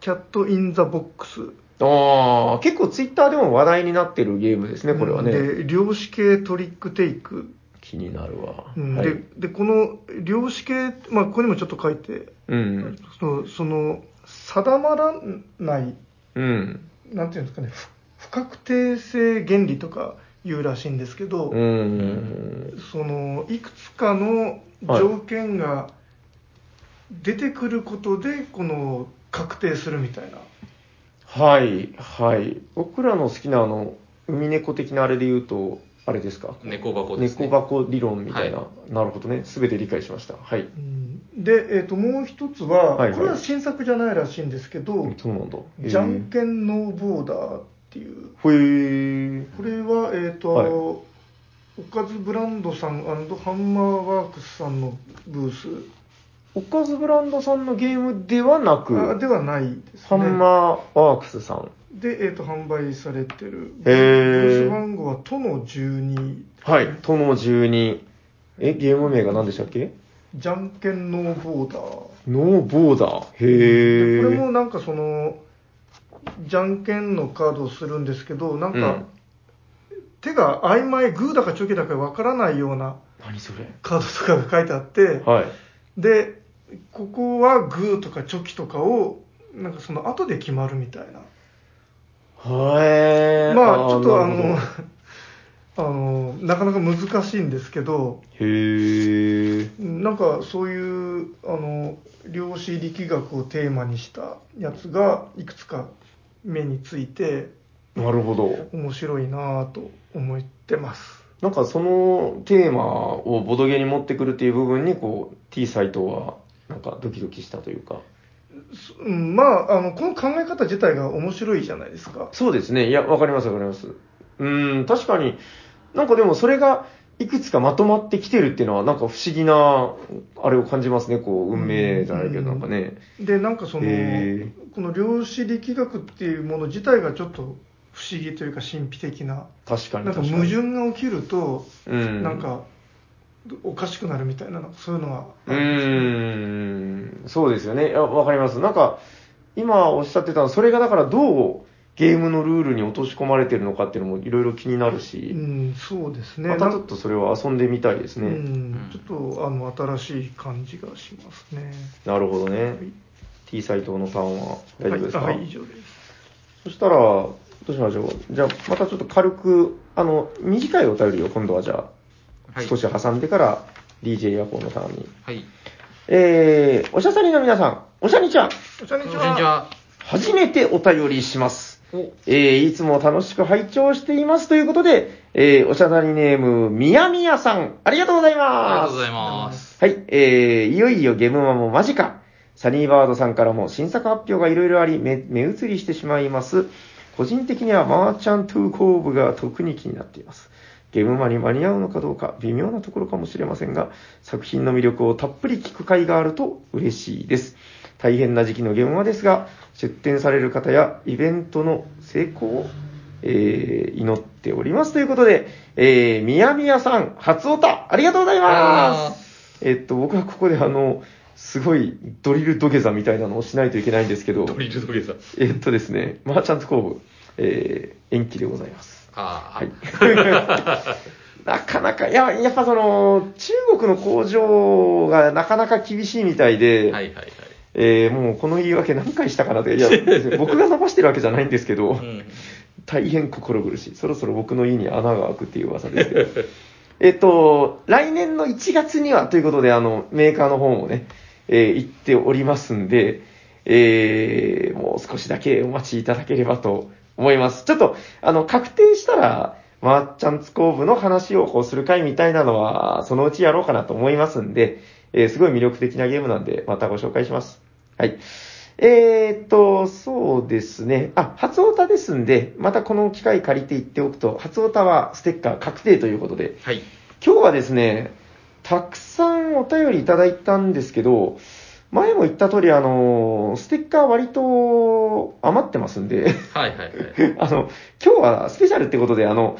Speaker 2: キャット・イン・ザ・ボックス。
Speaker 4: ああ、結構ツイッターでも話題になってるゲームですね、これはね。
Speaker 2: で、量子系トリックテイク。
Speaker 4: 気になるわ。
Speaker 2: うん
Speaker 4: はい
Speaker 2: で、で、この量子系、まあ、ここにもちょっと書いて、
Speaker 4: うん。
Speaker 2: その、その、定まらない、
Speaker 4: うん。
Speaker 2: なんていうんですかね、ふ不確定性原理とか言うらしいんですけど、
Speaker 4: うん。
Speaker 2: その、いくつかの条件が出てくることで、この、確定するみたいな。
Speaker 4: はい、はい。僕らの好きなあの、海猫的なあれで言うと、あれですか
Speaker 1: 猫箱です、
Speaker 4: 猫
Speaker 1: ね。
Speaker 4: 箱理論みたいな。なるほどね。すべて理解しました。はい。
Speaker 2: うんで、えっともう一つは、
Speaker 4: はいはい
Speaker 2: これは新作じゃないらしいんですけど、
Speaker 4: そうなんだ。へー
Speaker 2: じゃんけんノーボーダーっていう、
Speaker 4: ほえ。
Speaker 2: これは、えっと
Speaker 4: はい
Speaker 2: おかずブランドさんハンマーワークスさんのブース
Speaker 4: おかずブランドさんのゲームではな
Speaker 2: あ
Speaker 4: く、
Speaker 2: ではないですね。
Speaker 4: ハンマーワークスさん。
Speaker 2: で、えっと販売されてる、
Speaker 4: へー
Speaker 2: ブース番号は「との12」
Speaker 4: はい。との12。え、ゲーム名が何でしたっけ
Speaker 2: じゃんけんノーボーダー。
Speaker 4: ノーボーダー。
Speaker 2: で
Speaker 4: へえ。
Speaker 2: これもなんかそのじゃんけんのカードをするんですけどなんか、
Speaker 4: うん
Speaker 2: 手が曖昧グーだかチョキだかわからないような
Speaker 4: 何それ
Speaker 2: カードとかが書いてあって、
Speaker 4: はい。
Speaker 2: でここはグーとかチョキとかをなんかその後で決まるみたいな、
Speaker 4: はい。
Speaker 2: まあちょっとあ
Speaker 4: なる
Speaker 2: の あのなかなか難しいんですけど
Speaker 4: ほどへえ。
Speaker 2: なんかそういうあの量子力学をテーマにしたやつがいくつか目について
Speaker 4: なるほど。
Speaker 2: 面白いなぁと思ってます。
Speaker 4: なんかそのテーマをボドゲに持ってくるっていう部分に、こう、T サイトは、なんかドキドキしたというか。
Speaker 2: すうんまあ、あの、この考え方自体が面白いじゃないですか。
Speaker 4: そうですね。いや、わかりますわかります。うーん、確かに、なんかでもそれが、いくつかまとまってきてるっていうのは、なんか不思議な、あれを感じますね。こう、運命じゃないけど、なんかね。
Speaker 2: で、なんかその
Speaker 4: へ、
Speaker 2: この量子力学っていうもの自体がちょっと不思議というか神秘的な、
Speaker 4: 確か
Speaker 2: な
Speaker 4: に
Speaker 2: んか
Speaker 4: 確かに。
Speaker 2: 矛盾が起きると、
Speaker 4: うん。
Speaker 2: なんかおかしくなるみたいな、なんかそういうのは。
Speaker 4: うーん、そうですよね。いやわかります。なんか、今おっしゃってたの、それがだからどうゲームのルールに落とし込まれてるのかっていうのもいろいろ気になる
Speaker 2: う
Speaker 4: し、
Speaker 2: ん、そうですね。
Speaker 4: またち
Speaker 2: な
Speaker 4: ょ
Speaker 2: ん
Speaker 4: っとそれは遊んでみたいですね。
Speaker 2: うん、ちょっとあの新しい感じがしますね。
Speaker 4: なるほどね。
Speaker 2: はい
Speaker 4: T 斎藤のさんは大丈夫ですか、
Speaker 2: はい、はい以上です。
Speaker 4: そしたら、どうしましょう。じゃあ、またちょっと軽く、あの、短いお便りを今度はじゃあ、
Speaker 1: はい
Speaker 4: 少。し挟んでから DJ ヤコウのターンに。
Speaker 1: はい。
Speaker 4: えー、おしゃさりの皆さん、おしゃにちゃん
Speaker 2: こん
Speaker 1: こん
Speaker 2: に
Speaker 1: に
Speaker 2: ち
Speaker 1: ち
Speaker 2: は。
Speaker 1: は。
Speaker 4: 初めてお便りします。
Speaker 1: お、
Speaker 4: えーいつも楽しく拝聴していますということで、えーおしゃだりネーム、みやみやさん、ありがとうございます。
Speaker 1: ありがとうございます。
Speaker 4: はい、えーいよいよゲームマも間近。サニーバードさんからも新作発表がいろいろあり、目、目移りしてしまいます。個人的にはマーチャントゥーコーブが特に気になっています。ゲームマに間に合うのかどうか微妙なところかもしれませんが、作品の魅力をたっぷり聞く会があると嬉しいです。大変な時期のゲームマですが、出展される方やイベントの成功を、えー祈っておりますということで、えー、みやみやさん、初オタ、ありがとうございます。えっと、僕はここであの、すごいドリル土下座みたいなのをしないといけないんですけど、
Speaker 1: ドリル土下座。
Speaker 4: えっとですね、マーチャント工部、えー、延期でございます。
Speaker 1: ああ、
Speaker 4: はい。 なかなか、いや、やっぱその、中国の工場がなかなか厳しいみたい
Speaker 1: はい
Speaker 4: で、
Speaker 1: はいはい。
Speaker 4: えーもうこの言い訳何回したかなって、 いや、別に僕が伸ばしてるわけじゃないんですけど、
Speaker 1: うん。
Speaker 4: 大変心苦しい。そろそろ僕の家に穴が開くっていう噂ですけど。えっと、来年の1月にはということで、あの、メーカーの方もね、えー行っておりますんで、えーもう少しだけお待ちいただければと思います。ちょっと、あの、確定したら、マーチャンツ工部の話をこうする会みたいなのは、そのうちやろうかなと思いますんで、えーすごい魅力的なゲームなんで、またご紹介します。はい。えーっと、そうですね。あ、初オタですんで、またこの機会借りて言っておくと、初オタはステッカー確定ということで、
Speaker 1: はい。
Speaker 4: 今日はですね、たくさんお便りいただいたんですけど、前も言った通り、あの、ステッカー割と余ってますんで、
Speaker 1: はいはいはい。
Speaker 4: あの、今日はスペシャルってことで、あの、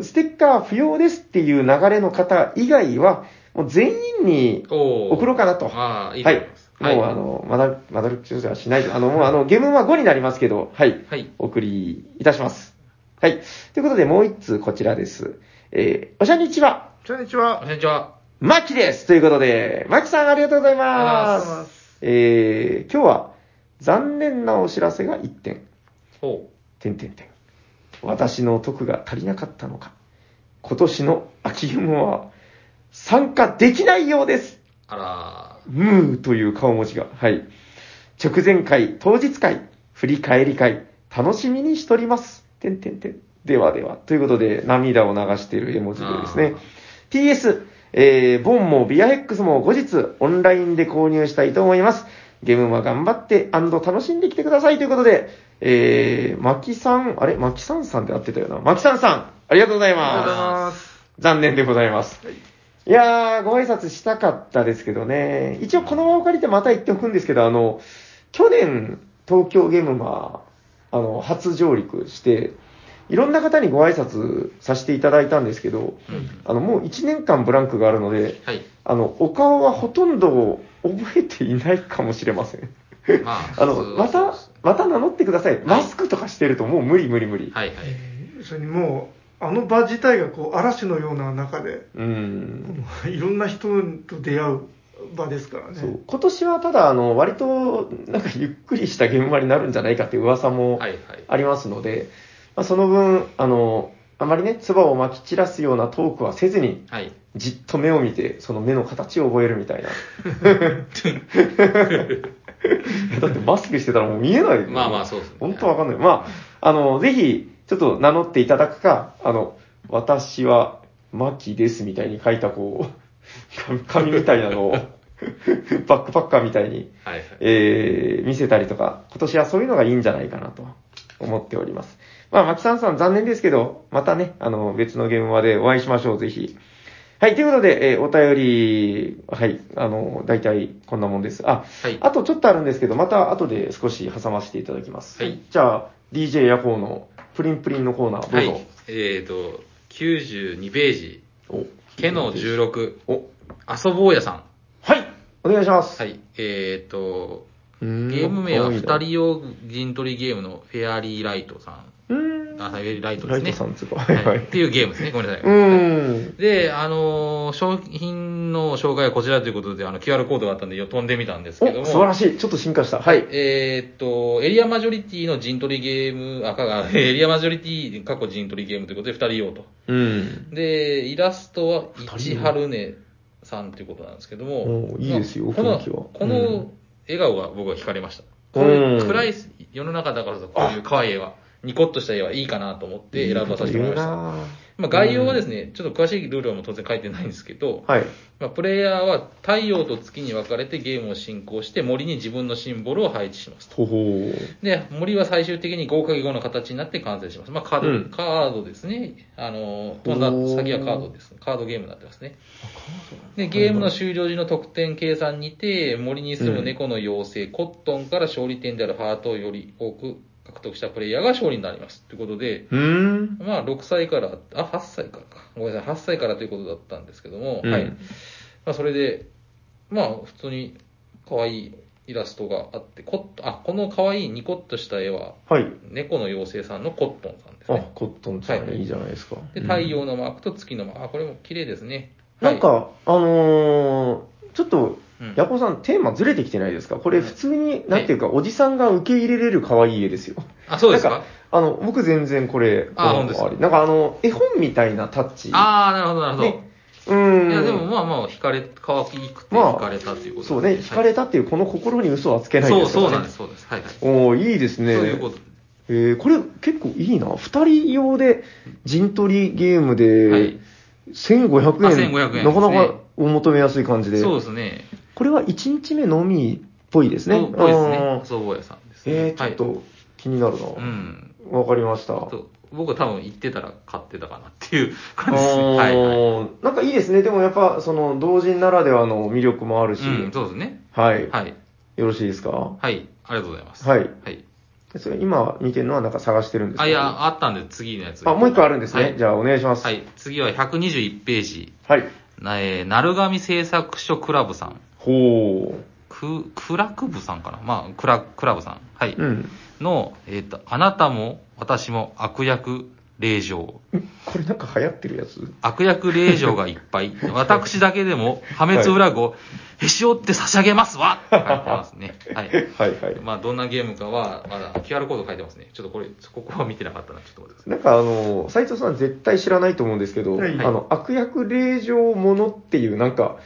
Speaker 4: ステッカー不要ですっていう流れの方以外は、もう全員に
Speaker 1: おー
Speaker 4: 送ろうかなと
Speaker 1: ああ、いいと
Speaker 4: は
Speaker 1: 思い
Speaker 4: い
Speaker 1: ます。。はい
Speaker 4: もうあの、まだ、まだるくはしないと。あの、もうあの、ゲームは5になりますけど、はい。
Speaker 1: はい。
Speaker 4: お送りいたします。はい。ということで、もう一通こちらです。えー、おしゃにちは、
Speaker 2: こんにち
Speaker 1: こ
Speaker 2: は。
Speaker 1: んにちは。
Speaker 4: マキですということで、マキさんありがとうござい
Speaker 1: ありが
Speaker 4: ま
Speaker 1: とうご
Speaker 4: す
Speaker 1: ざいま
Speaker 4: えー、今日は、残念なお知らせが1点。
Speaker 1: ほ
Speaker 4: てんてんてん。私の徳が足りなかったのか。今年の秋雲は参加できないようです。
Speaker 1: う。あ
Speaker 4: ムーという顔文字が。はい。直前会、当日会、振り返り会、楽しみにしております。てんてんてん。ではでは。ということで、涙を流している絵文字でですね。PS、えー、ボンもビアヘックスも後日オンラインで購入したいと思います。ゲームは頑張って楽しんできてくださいということで、えー、マキさん、あれマキさんさんで合ってたよな。マキさんさん、ありがとうござい
Speaker 2: ありがとうござい
Speaker 4: ま
Speaker 2: ます。
Speaker 4: す。残念でございます。いやー、ご挨拶したかったですけどね。一応この場を借りてまた言っておくんですけど、あの、去年、東京ゲームマー、あの、初上陸して、いろんな方にご挨拶させていただいたんですけど、
Speaker 1: あ。うん。
Speaker 4: あの、もう1年間ブランクがあるので、
Speaker 1: はい。
Speaker 4: あの、お顔はほとんど覚えていないかもしれません。、
Speaker 1: まあ
Speaker 4: あの、
Speaker 1: 普通
Speaker 4: ま
Speaker 1: はそう
Speaker 4: た
Speaker 1: です、
Speaker 4: また名乗ってください。マスクとかしてるともう無理無理無理。
Speaker 1: はいはい。
Speaker 2: それにもう、あの場自体がこう、嵐のような中で、
Speaker 4: うん。
Speaker 2: いろんな人と出会う場ですからね。
Speaker 4: そう。今年はただ、あの、割と、なんかゆっくりした現場になるんじゃないかっていう噂も
Speaker 1: はいはい。
Speaker 4: ありますので、まあ、その分、あの、あまりね、唾をまき散らすようなトークはせずに、
Speaker 1: はい。
Speaker 4: じっと目を見て、その目の形を覚えるみたい な。だってマスクしてたらもう見えない。
Speaker 1: まあまあ、そうですね。
Speaker 4: 本当わかんない。まあ、あの、ぜひ、ちょっと名乗っていただくか、あの、私は、マキですみたいに書いた、こう、 紙紙みたいなのを、バックパッカーみたいに、
Speaker 1: はいはい。
Speaker 4: えー、見せたりとか、今年はそういうのがいいんじゃないかなと思っております。まあ、マキさんさん残念ですけど、またね、あの、別の現場でお会いしましょう、ぜひ。はい、ということで、えーお便り、はい、あの、大体こんなもんです。あ、
Speaker 1: はい。
Speaker 4: あとちょっとあるんですけど、また後で少し挟ませていただきます。
Speaker 1: はい
Speaker 4: じゃあ、DJ ヤコーのプリンプリンのコーナー、ど
Speaker 1: は
Speaker 4: うぞ。
Speaker 1: い。えっと、92ページ、
Speaker 4: お
Speaker 1: けの16、
Speaker 4: お、
Speaker 1: 遊ぼうやさん。
Speaker 4: はいお願いします。。
Speaker 1: はいい。えっと、
Speaker 4: ゲ
Speaker 1: ゲーム名は二人
Speaker 4: う
Speaker 1: 用陣取りゲームのフェアリーライトさん。
Speaker 4: ーん。
Speaker 1: あ、フェアリーライトで
Speaker 4: ラ
Speaker 1: す
Speaker 4: イ
Speaker 1: ね。
Speaker 4: トさんつうか。はいはい。
Speaker 1: っ
Speaker 4: う
Speaker 1: ていうゲームですね。ごめんなさい。
Speaker 4: ーん。
Speaker 1: で、あのー商品の紹介はこちらということで、あの、QR コードがあったんで、よ飛んでみたんですけども。
Speaker 4: お、素晴らしい。ちょっと進化した。はい。
Speaker 1: えーっと、エリアマジョリティの陣取りゲーム、あ、か が、エリアマジョリティ、過去陣取りゲームということで、二人用と。
Speaker 4: うん。
Speaker 1: で、イラストは市
Speaker 4: 人
Speaker 1: 春音さんということなんですけども
Speaker 4: お。ーいいですよ
Speaker 1: まあこの、
Speaker 4: 雰囲気は
Speaker 1: こ
Speaker 4: う
Speaker 1: の笑顔が僕は惹かれました。こういう
Speaker 4: うん
Speaker 1: 暗い世の中だからこそ、こういう可愛い絵は、ニコッとした絵はいいかなと思って選ばさせてもらいました。まあ、概要はですね、ちょっと詳しいルールはもう当然書いてないんですけど、
Speaker 4: はい。
Speaker 1: まあ、プレイヤーは太陽と月に分かれてゲームを進行して森に自分のシンボルを配置しますと。
Speaker 4: ほほ
Speaker 1: で、森は最終的に 5×5 の形になって完成します。まあ、カード、
Speaker 4: うん
Speaker 1: カードですね。あの、飛んだ先はカードです。カードゲームになってますね。で、ゲームの終了時の得点計算にて、森に住む猫の妖精、コットンから勝利点であるハートをより多く獲得したプレイヤーが勝利になります。ということで、
Speaker 4: うーん。
Speaker 1: まあ、6歳から、あ、8歳からか。ごめんなさい、8歳からということだったんですけども、
Speaker 4: うん
Speaker 1: はい。まあ、それで、まあ、普通に可愛いイラストがあって、コットンあ、この可愛いニコッとした絵は、
Speaker 4: はい。
Speaker 1: 猫の妖精さんのコットンさんです
Speaker 4: あ
Speaker 1: ね。、
Speaker 4: コットンさん、
Speaker 1: はい
Speaker 4: い、いじゃないですか。
Speaker 1: で、太陽のマークと月のマーク。あ、これも綺麗ですね。
Speaker 4: な
Speaker 1: はい
Speaker 4: んか、、あのーちょっと、
Speaker 1: うん
Speaker 4: ヤコさん、テーマずれてきてないですかこれ普通に、なんていうか、おじさんが受け入れれる可愛い絵ですよ。
Speaker 1: あ、そうですか
Speaker 4: なんあの、僕全然これ、
Speaker 1: あ
Speaker 4: この
Speaker 1: 本当ですか
Speaker 4: ありなんかあの、絵本みたいなタッチ。
Speaker 1: ああ、なるほど、なるほど。
Speaker 4: ねうーん。
Speaker 1: いや、でも、まあまあ、惹かれ、可愛くて惹かれたということ
Speaker 4: そうね、惹か
Speaker 1: れ
Speaker 4: れたっていうこの心に嘘はつけない
Speaker 1: そ
Speaker 4: で
Speaker 1: う、
Speaker 4: すよね。
Speaker 1: そうなんです、そうです。はい、はい。
Speaker 4: おーいいですね。
Speaker 1: そういうことです。
Speaker 4: えーこれ結構いいな。二人用で、陣取りゲームで、
Speaker 1: はい
Speaker 4: 1500
Speaker 1: あ
Speaker 4: 円。
Speaker 1: 1500円
Speaker 4: なかな
Speaker 1: ですね
Speaker 4: かお求めやすい感じで。
Speaker 1: そうですね。
Speaker 4: これは1日目のみっぽいですね。
Speaker 1: そうぽいですね
Speaker 4: あ。ー
Speaker 1: そうぼやさんです、ね。
Speaker 4: えー、ちょっ
Speaker 1: はい
Speaker 4: と気になるな。
Speaker 1: うん。
Speaker 4: わ、かりました。
Speaker 1: そう僕は多分行ってたら買ってたかなっていう
Speaker 4: あ
Speaker 1: 感じですね。はいはい。
Speaker 4: ーなんかいいですね。でもやっぱ、その、同人ならではの魅力もあるし、
Speaker 1: うん、そうですね。
Speaker 4: はい。
Speaker 1: はい。
Speaker 4: よろしいですか
Speaker 1: はい。ありがとうございます。
Speaker 4: はい。
Speaker 1: はい。
Speaker 4: それ今見てるのはなんか探してるんですか
Speaker 1: あ、いや、あったんで次のやつ。
Speaker 4: あ、もう一個あるんですね。
Speaker 1: はい
Speaker 4: じゃあお願いします。
Speaker 1: は。い。次は121ページ。
Speaker 4: はい。
Speaker 1: なえー、なるがみ製作所クラブさん。
Speaker 4: ほう。
Speaker 1: ク、クラクブさんかなまあ、クラ、クラブさん。はい。
Speaker 4: うん。
Speaker 1: の、えっ、と、あなたも私も悪役令嬢。
Speaker 4: これなんか流行ってるやつ
Speaker 1: 悪役令嬢がいっぱい。私だけでも破滅フラグをへし折って差し上げますわって書いてますね。はい。
Speaker 4: はいはい。
Speaker 1: まあ、どんなゲームかは、まだ QR コード書いてますね。ちょっとこれ、ここは見てなかったな、ちょっと待ってください。
Speaker 4: なんかあの、斉藤さん絶対知らないと思うんですけど、
Speaker 2: はい
Speaker 4: あの、悪役令嬢ものっていうなんか、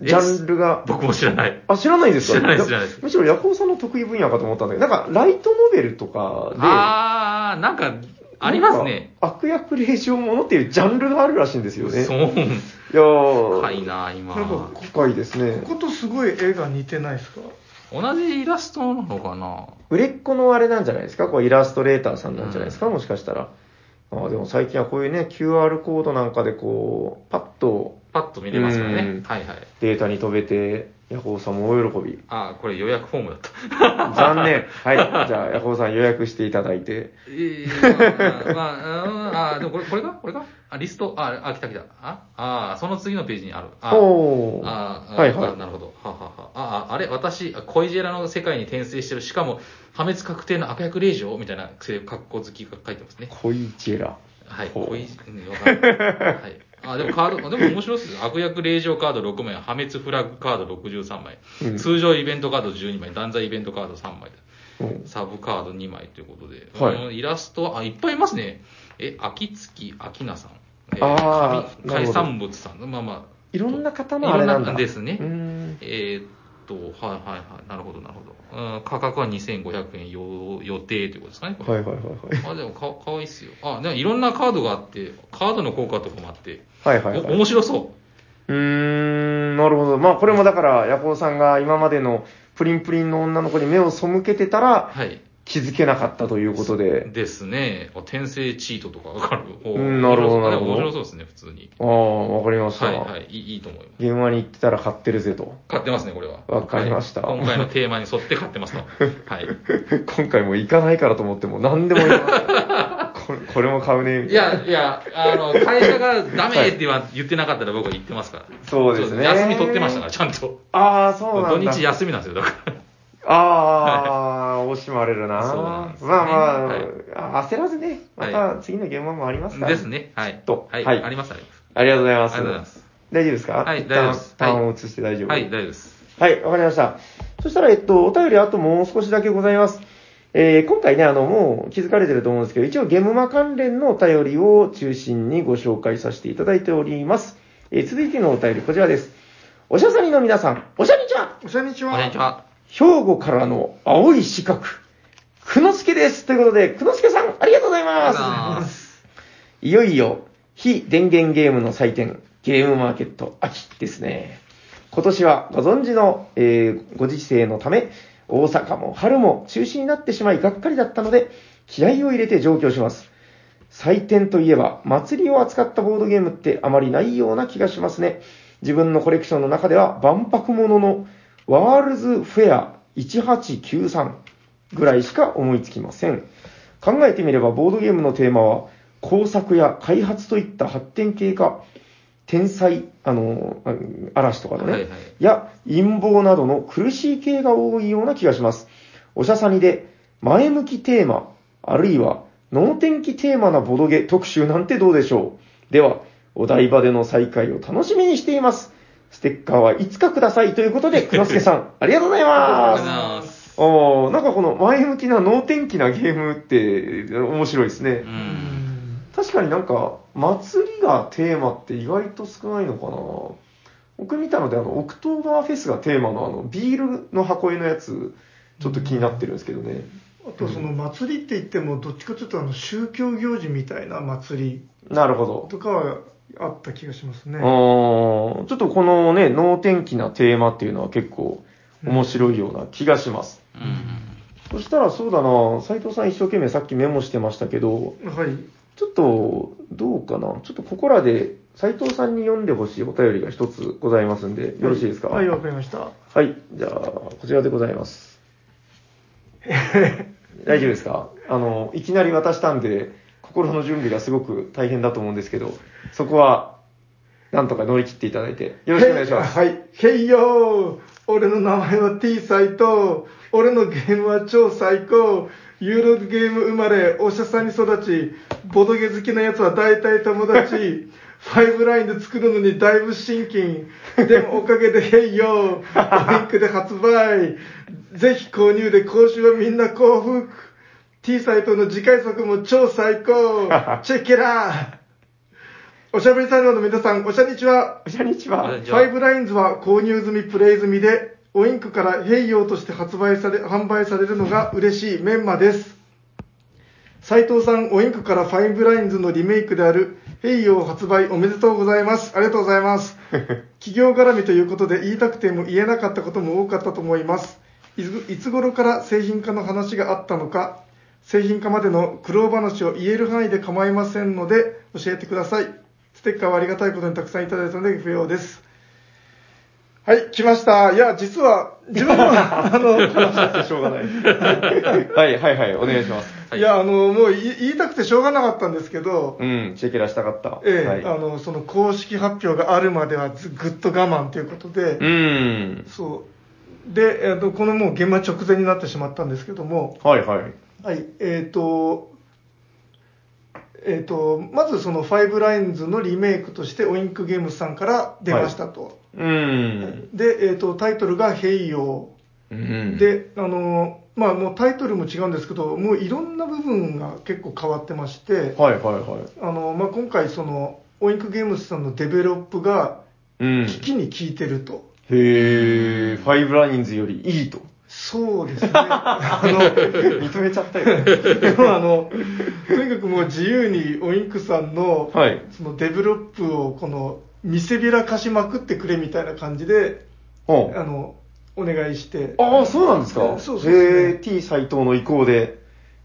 Speaker 4: ジャンルが、
Speaker 1: 僕も知らない。
Speaker 4: あ、知らないんですか
Speaker 1: 知らないです知らないです
Speaker 4: むしろヤコウさんの得意分野かと思ったんだけど、なんか、ライトノベルとかで、
Speaker 1: あー、なんか、ありますね。
Speaker 4: なんか。悪役令嬢ものっていうジャンルがあるらしいんですよね。
Speaker 1: そ。
Speaker 4: いうやー、
Speaker 1: 深いな、今。
Speaker 2: なんか
Speaker 4: 深いですね
Speaker 2: こ。ことすごい絵が似てないですか
Speaker 1: 同じイラストなのかな
Speaker 4: 売れっ子のあれなんじゃないですかこうイラストレーターさんなんじゃないですか、もしかしたら。ああでも最近はこういうね、QR コードなんかでこう、パッと
Speaker 1: パッと見れますから
Speaker 4: う
Speaker 1: ね
Speaker 4: ん。
Speaker 1: はいはい。
Speaker 4: データに飛べて、ヤホーさんも大喜び。
Speaker 1: あー、これ予約フォームだった。
Speaker 4: 残念。はい。じゃあ、ヤホーさん予約していただいて。
Speaker 1: ええ、まあ、まあうん、あー、でもこれ、これかこれかあ、リスト、あ、あ、来た来た。あ、あー、その次のページにある。あー
Speaker 4: おー。
Speaker 1: ああ、
Speaker 4: はいはい
Speaker 1: あなるほど。はははああ、あれ、私、恋ジェラの世界に転生してる、しかも、破滅確定の悪役令嬢みたいな、格好好きが書いてますね。
Speaker 4: 恋ジェラ。
Speaker 1: はい。
Speaker 4: ほう
Speaker 1: 恋、うんわかんない。はい。あ、でもカード、あでも面白いっすよ。悪役令嬢カード6枚、破滅フラッグカード63枚、
Speaker 4: うん
Speaker 1: 通常イベントカード12枚、断罪イベントカード3枚、
Speaker 4: うん
Speaker 1: サブカード2枚ということで、
Speaker 4: はい
Speaker 1: このイラストは、あ、いっぱいいますね。え、秋月明菜さん。え
Speaker 4: あ
Speaker 1: 神
Speaker 4: ーなる
Speaker 1: 海
Speaker 4: ほど
Speaker 1: 産物さん。まあまあ、
Speaker 4: いろんな方のあれなん
Speaker 1: いろ
Speaker 4: だ。
Speaker 1: んですね
Speaker 4: うーん。
Speaker 1: えーっと、はいはいはい。なるほど、なるほど。うん、価格は2500円よ予定ということですかね、これ。
Speaker 4: はいはいはいはい。
Speaker 1: あ、でもかかわいいっすよ。あ、でもいろんなカードがあって、カードの効果とかもあって、
Speaker 4: はいはいはい。
Speaker 1: お面白そう
Speaker 4: ーん、なるほど。まあ、これもだから、ヤコウさんが今までのプリンプリンの女の子に目を背けてた
Speaker 1: う。
Speaker 4: ら、
Speaker 1: はい。
Speaker 4: 気づけなかったということで。
Speaker 1: ですね。あ転生チートとかわかる。お
Speaker 4: うんなるほど
Speaker 1: 面白そう
Speaker 4: なるほど
Speaker 1: あでも面白そうですね、普通に。
Speaker 4: ああ、わかりました。
Speaker 1: はいはい。いいいいと思います。
Speaker 4: 現場に行ってたら買ってるぜと。
Speaker 1: 買ってますね、これは。
Speaker 4: わかりました
Speaker 1: はい今回のテーマに沿って買って ますと。はい。
Speaker 4: 今回も行かないからと思っても何でも言いま すこれこれも買うね、みたいな。
Speaker 1: いや、いや、あの、会社がダメっては言ってなかったら僕は言ってますから。
Speaker 4: そうですね。
Speaker 1: 休み取ってましたから、ちゃんと。
Speaker 4: ああ、そうなんだ。
Speaker 1: 土日休みなんですよ、だから。
Speaker 4: ああ、惜しまれるな。
Speaker 1: そうなんですね
Speaker 4: まあまあ、
Speaker 1: はい
Speaker 4: あ焦らずね、ま
Speaker 1: は
Speaker 4: た次の現場もありますから、
Speaker 1: です。ね。はい。
Speaker 4: と
Speaker 1: はい。
Speaker 4: はい
Speaker 1: あります、あります。
Speaker 4: ありがとうございます。
Speaker 1: ありがとうございます
Speaker 4: 大丈夫ですか
Speaker 1: はい
Speaker 4: 一旦
Speaker 1: 大丈夫です
Speaker 4: ターン
Speaker 1: は
Speaker 4: を移して大丈夫。
Speaker 1: はい、大丈夫です。
Speaker 4: はい、わかりました。そしたら、えっと、お便りあともう少しだけございます。えー今回ね、あの、もう気づかれてると思うんですけど、一応ゲムマ関連のお便りを中心にご紹介させていただいております。えー続いてのお便り、こちらです。おしゃさにの皆さん、おしゃにちは
Speaker 2: おしゃにち
Speaker 1: こ
Speaker 2: は
Speaker 1: んにちは。
Speaker 4: 兵庫からの青い四角、くのすけです。ということで、くのすけさん、ありがとうござい
Speaker 1: あ
Speaker 4: ま。
Speaker 1: りがとうございます
Speaker 4: いよいよ、非電源ゲームの祭典、ゲームマーケット秋ですね。今年はご存知の、えーご時世のため、大阪も春も中止になってしまいがっかりだったので、気合を入れて上京します。祭典といえば、祭りを扱ったボードゲームってあまりないような気がしますね。自分のコレクションの中では、万博もののワールズフェア1893ぐらいしか思いつきません。考えてみれば、ボードゲームのテーマは、工作や開発といった発展系か、天才、あの、あ嵐とかのね、
Speaker 1: はいはい
Speaker 4: や陰謀などの苦しい系が多いような気がします。おしゃさにで、前向きテーマ、あるいは、能天気テーマなボドゲ特集なんてどうでしょう。では、お台場での再会を楽しみにしています。ステッカーはいつかくださいということで、くのすけさん、ありがとうござい
Speaker 1: あ
Speaker 4: ま
Speaker 1: りがとうござい
Speaker 4: す。
Speaker 1: ます。
Speaker 4: おーなんかこの前向きな能天気なゲームって面白いですね
Speaker 1: う。。
Speaker 2: うんん
Speaker 4: 確かになんか、祭りがテーマって意外と少ないのかな僕見たので、あの、オクトーバーフェスがテーマのあの、ビールの箱絵のやつ、ちょっと気になってるんですけどね。
Speaker 2: あとその祭りって言ってもどっちかというとあの宗教行事みたいな祭
Speaker 4: なるほ
Speaker 2: り
Speaker 4: ど。
Speaker 2: とかはあった気がしますね
Speaker 4: あーちょっとこのね、能天気なテーマっていうのは結構面白いような気がします。
Speaker 1: うん。
Speaker 4: そしたらそうだな、斉藤さん一生懸命さっきメモしてましたけど、
Speaker 2: はい
Speaker 4: ちょっと、どうかな。ちょっとここらで、斉藤さんに読んでほしいお便りが一つございますんで、よろしいですか
Speaker 2: はいわかりました
Speaker 4: はい。じゃあ、こちらでございます。大丈夫ですかあの、いきなり渡したんで、心の準備がすごく大変だと思うんですけど、そこは、なんとか乗り切っていただいて、よろしくお願いします。
Speaker 2: はい。へいよー俺の名前は T 斎藤、俺のゲームは超最高、ユーロゲーム生まれ、お医者さんに育ち、ボドゲ好きなやつは大体友 達、ファイブラインで作るのにだいぶ親近。でもおかげで、へいよドリンクで発売。ぜひ購入で講習はみんな幸福。T サイトの次回作も超最高。 チェケラーおしゃべりサイドの皆さん、おしゃにちは。
Speaker 4: おしゃにち
Speaker 1: あ
Speaker 4: は
Speaker 1: れ。
Speaker 2: ファイブラインズは購入済み、プレイ済みで、オインクから併用として発売され、販売されるのが嬉しいメンマです。斉藤さん、オインクからファイブラインズのリメイクである、併用発売おめでとうございます。ありがとうございます。企業絡みということで言いたくても言えなかったことも多かったと思います。いついつ頃から製品化の話があったのか、製品化までの苦労話を言える範囲で構いませんので、教えてください。ステッカーはありがたいことにたくさんいただいたので不要です。はい、来ました。いや、実は、自分も、 あの、
Speaker 4: しょうが ない。はいはいはい、お願いします。
Speaker 1: はい
Speaker 2: いや、あの、もうい言いたくてしょうがなかったんですけど、
Speaker 4: うん、チェケラしたかった。
Speaker 2: ええ
Speaker 4: はい、
Speaker 2: あの、その公式発表があるまではずぐっと我慢ということで、
Speaker 4: うん。
Speaker 2: そう。で、えっと、このもう現場直前になってしまったんですけども、
Speaker 4: はいはい。
Speaker 2: はい、えっ、と、えっ、と、まずそのファイブラインズのリメイクとして、オインクゲームズさんから出ましたと。
Speaker 4: うん。
Speaker 2: で、えっ、と、タイトルが、ヘイヨー。
Speaker 4: うん、
Speaker 2: で、あのまあ、もうタイトルも違うんですけど、もういろんな部分が結構変わってまして、
Speaker 4: はいはいはい。
Speaker 2: あのまあ、今回、その、オインクゲームスさんのデベロップが、
Speaker 4: うん。
Speaker 2: 機器に効いてると。
Speaker 4: へえ、ファイブラインズよりいい と。
Speaker 2: そう ですね。あの、
Speaker 4: 認めちゃった よ。
Speaker 2: でもあの、とにかくもう自由にオインクさんの、
Speaker 4: はい。
Speaker 2: そのデベロップをこの、見せびらかしまくってくれみたいな感じで、
Speaker 4: お
Speaker 2: あの、お願いして、
Speaker 4: ああ、そうなんですか。
Speaker 2: そうそうですね
Speaker 4: へえ、T 斎藤の意向で。へ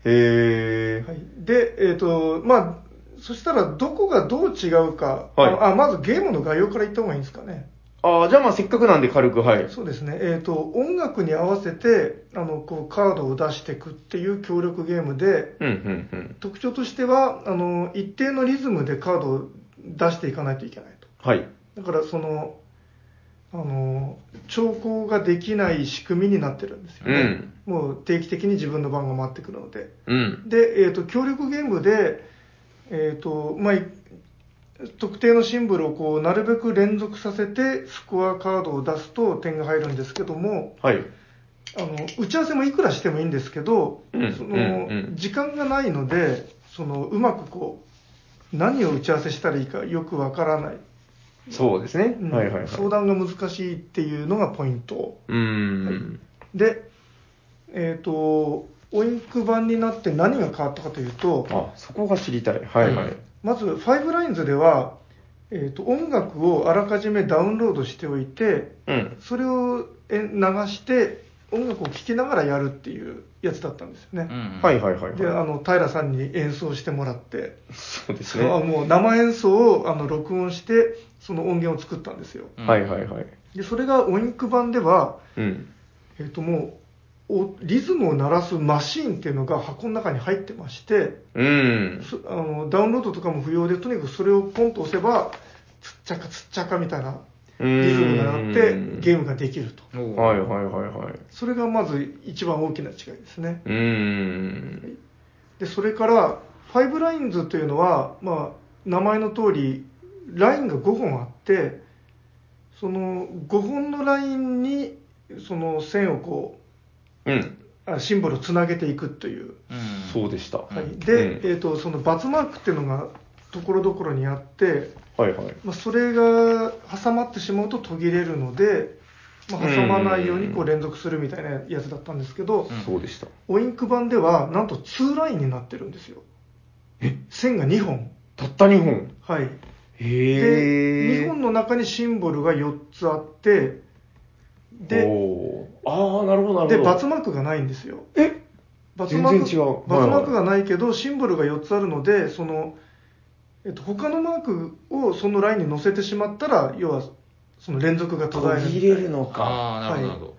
Speaker 4: え、
Speaker 2: はい、で、えっ、と、まあ、そしたらどこがどう違うか、
Speaker 4: はい
Speaker 2: ああまずゲームの概要から言った方がいいんですかね。
Speaker 4: ああ、じゃあまあせっかくなんで軽く、はい。
Speaker 2: そうですね、えっ、と、音楽に合わせて、あの、こう、カードを出していくっていう協力ゲームで、
Speaker 4: うん、うん、うん。
Speaker 2: 特徴としては、あの、一定のリズムでカードを出していかないといけないと。
Speaker 4: はい。
Speaker 2: だから、その、あの、兆候ができない仕組みになってるんですよね。もう定期的に自分の番が回ってくるので。
Speaker 4: うん。
Speaker 2: で、えー、と協力ゲームで、えーとまあ、い特定のシンボルをこうなるべく連続させてスコアカードを出すと点が入るんですけども
Speaker 4: はい。
Speaker 2: あの打ち合わせもいくらしてもいいんですけど、
Speaker 4: うん
Speaker 2: そ
Speaker 4: うんう
Speaker 2: の
Speaker 4: ん
Speaker 2: 時間がないのでそのうまくこう何を打ち合わせしたらいいかよくわからない、
Speaker 4: そうですね。
Speaker 2: うん
Speaker 4: はいはいはい。
Speaker 2: 相談が難しいっていうのがポイント
Speaker 4: うーん。
Speaker 2: で、えー、とオインク版になって何が変わったかというと、
Speaker 4: あ、そこが知りたい。はいはい。
Speaker 2: まず、ファイブラインズでは、えー、と音楽をあらかじめダウンロードしておいて、
Speaker 4: うん。
Speaker 2: それをえ流して、音楽を聴きながらやるっていうやつだったんですよ
Speaker 1: う
Speaker 2: ね。
Speaker 1: ん
Speaker 4: はいはいはい
Speaker 2: で、あ
Speaker 4: はい。
Speaker 2: の、平さんに演奏してもらって、
Speaker 4: そうです
Speaker 2: そ
Speaker 4: ね。
Speaker 2: うあ
Speaker 4: は
Speaker 2: もう生演奏をあの録音して、その音源を作ったんですよ。
Speaker 1: うん
Speaker 4: いはいはい。
Speaker 2: で、それがオインク版では、
Speaker 4: うん。
Speaker 2: えっ、ともうお、リズムを鳴らすマシーンっていうのが箱の中に入ってまして、
Speaker 4: うん。
Speaker 2: そあのダウンロードとかも不要でとにかくそれをポンと押せばつっちゃかつっちゃかみたいなリズムになってゲームができると
Speaker 1: おう
Speaker 4: はいはいはいはい。
Speaker 2: それがまず一番大きな違いですね
Speaker 4: うーん。
Speaker 2: でそれからファイブラインズというのは、まあ、名前の通りラインが5本あってその5本のラインにその線をこ
Speaker 4: うん。
Speaker 2: うあシンボルをつなげていくという、
Speaker 1: うん
Speaker 4: そうでした。
Speaker 2: は
Speaker 1: う
Speaker 2: い、
Speaker 1: ん
Speaker 2: で、
Speaker 4: うん
Speaker 2: えー、とそのバツマークっていうのがところどころにあって
Speaker 4: はいはい。
Speaker 2: まあ、それが挟まってしまうと途切れるので、まあ、挟まないようにこ
Speaker 4: う
Speaker 2: うん連続するみたいなやつだったんですけど、
Speaker 1: うん
Speaker 4: そうでした。
Speaker 2: オインク版ではなんと2ラインになってるんですよ線が2本
Speaker 4: たった2本。
Speaker 2: はいで
Speaker 4: へえ。
Speaker 2: 2本の中にシンボルが4つあってで
Speaker 4: おーああ、なるほどなるほど。
Speaker 2: でバツマークがないんですよ
Speaker 4: え
Speaker 2: バツマーク
Speaker 4: 全然違う
Speaker 2: バツマークがないけどシンボルが4つあるのでその、えっと、他のマークをそのラインに載せてしまったら要はその連続が途
Speaker 4: 途
Speaker 2: 絶えるみたいな
Speaker 4: 切れるのか。
Speaker 1: ああ、なるほど、なるほど。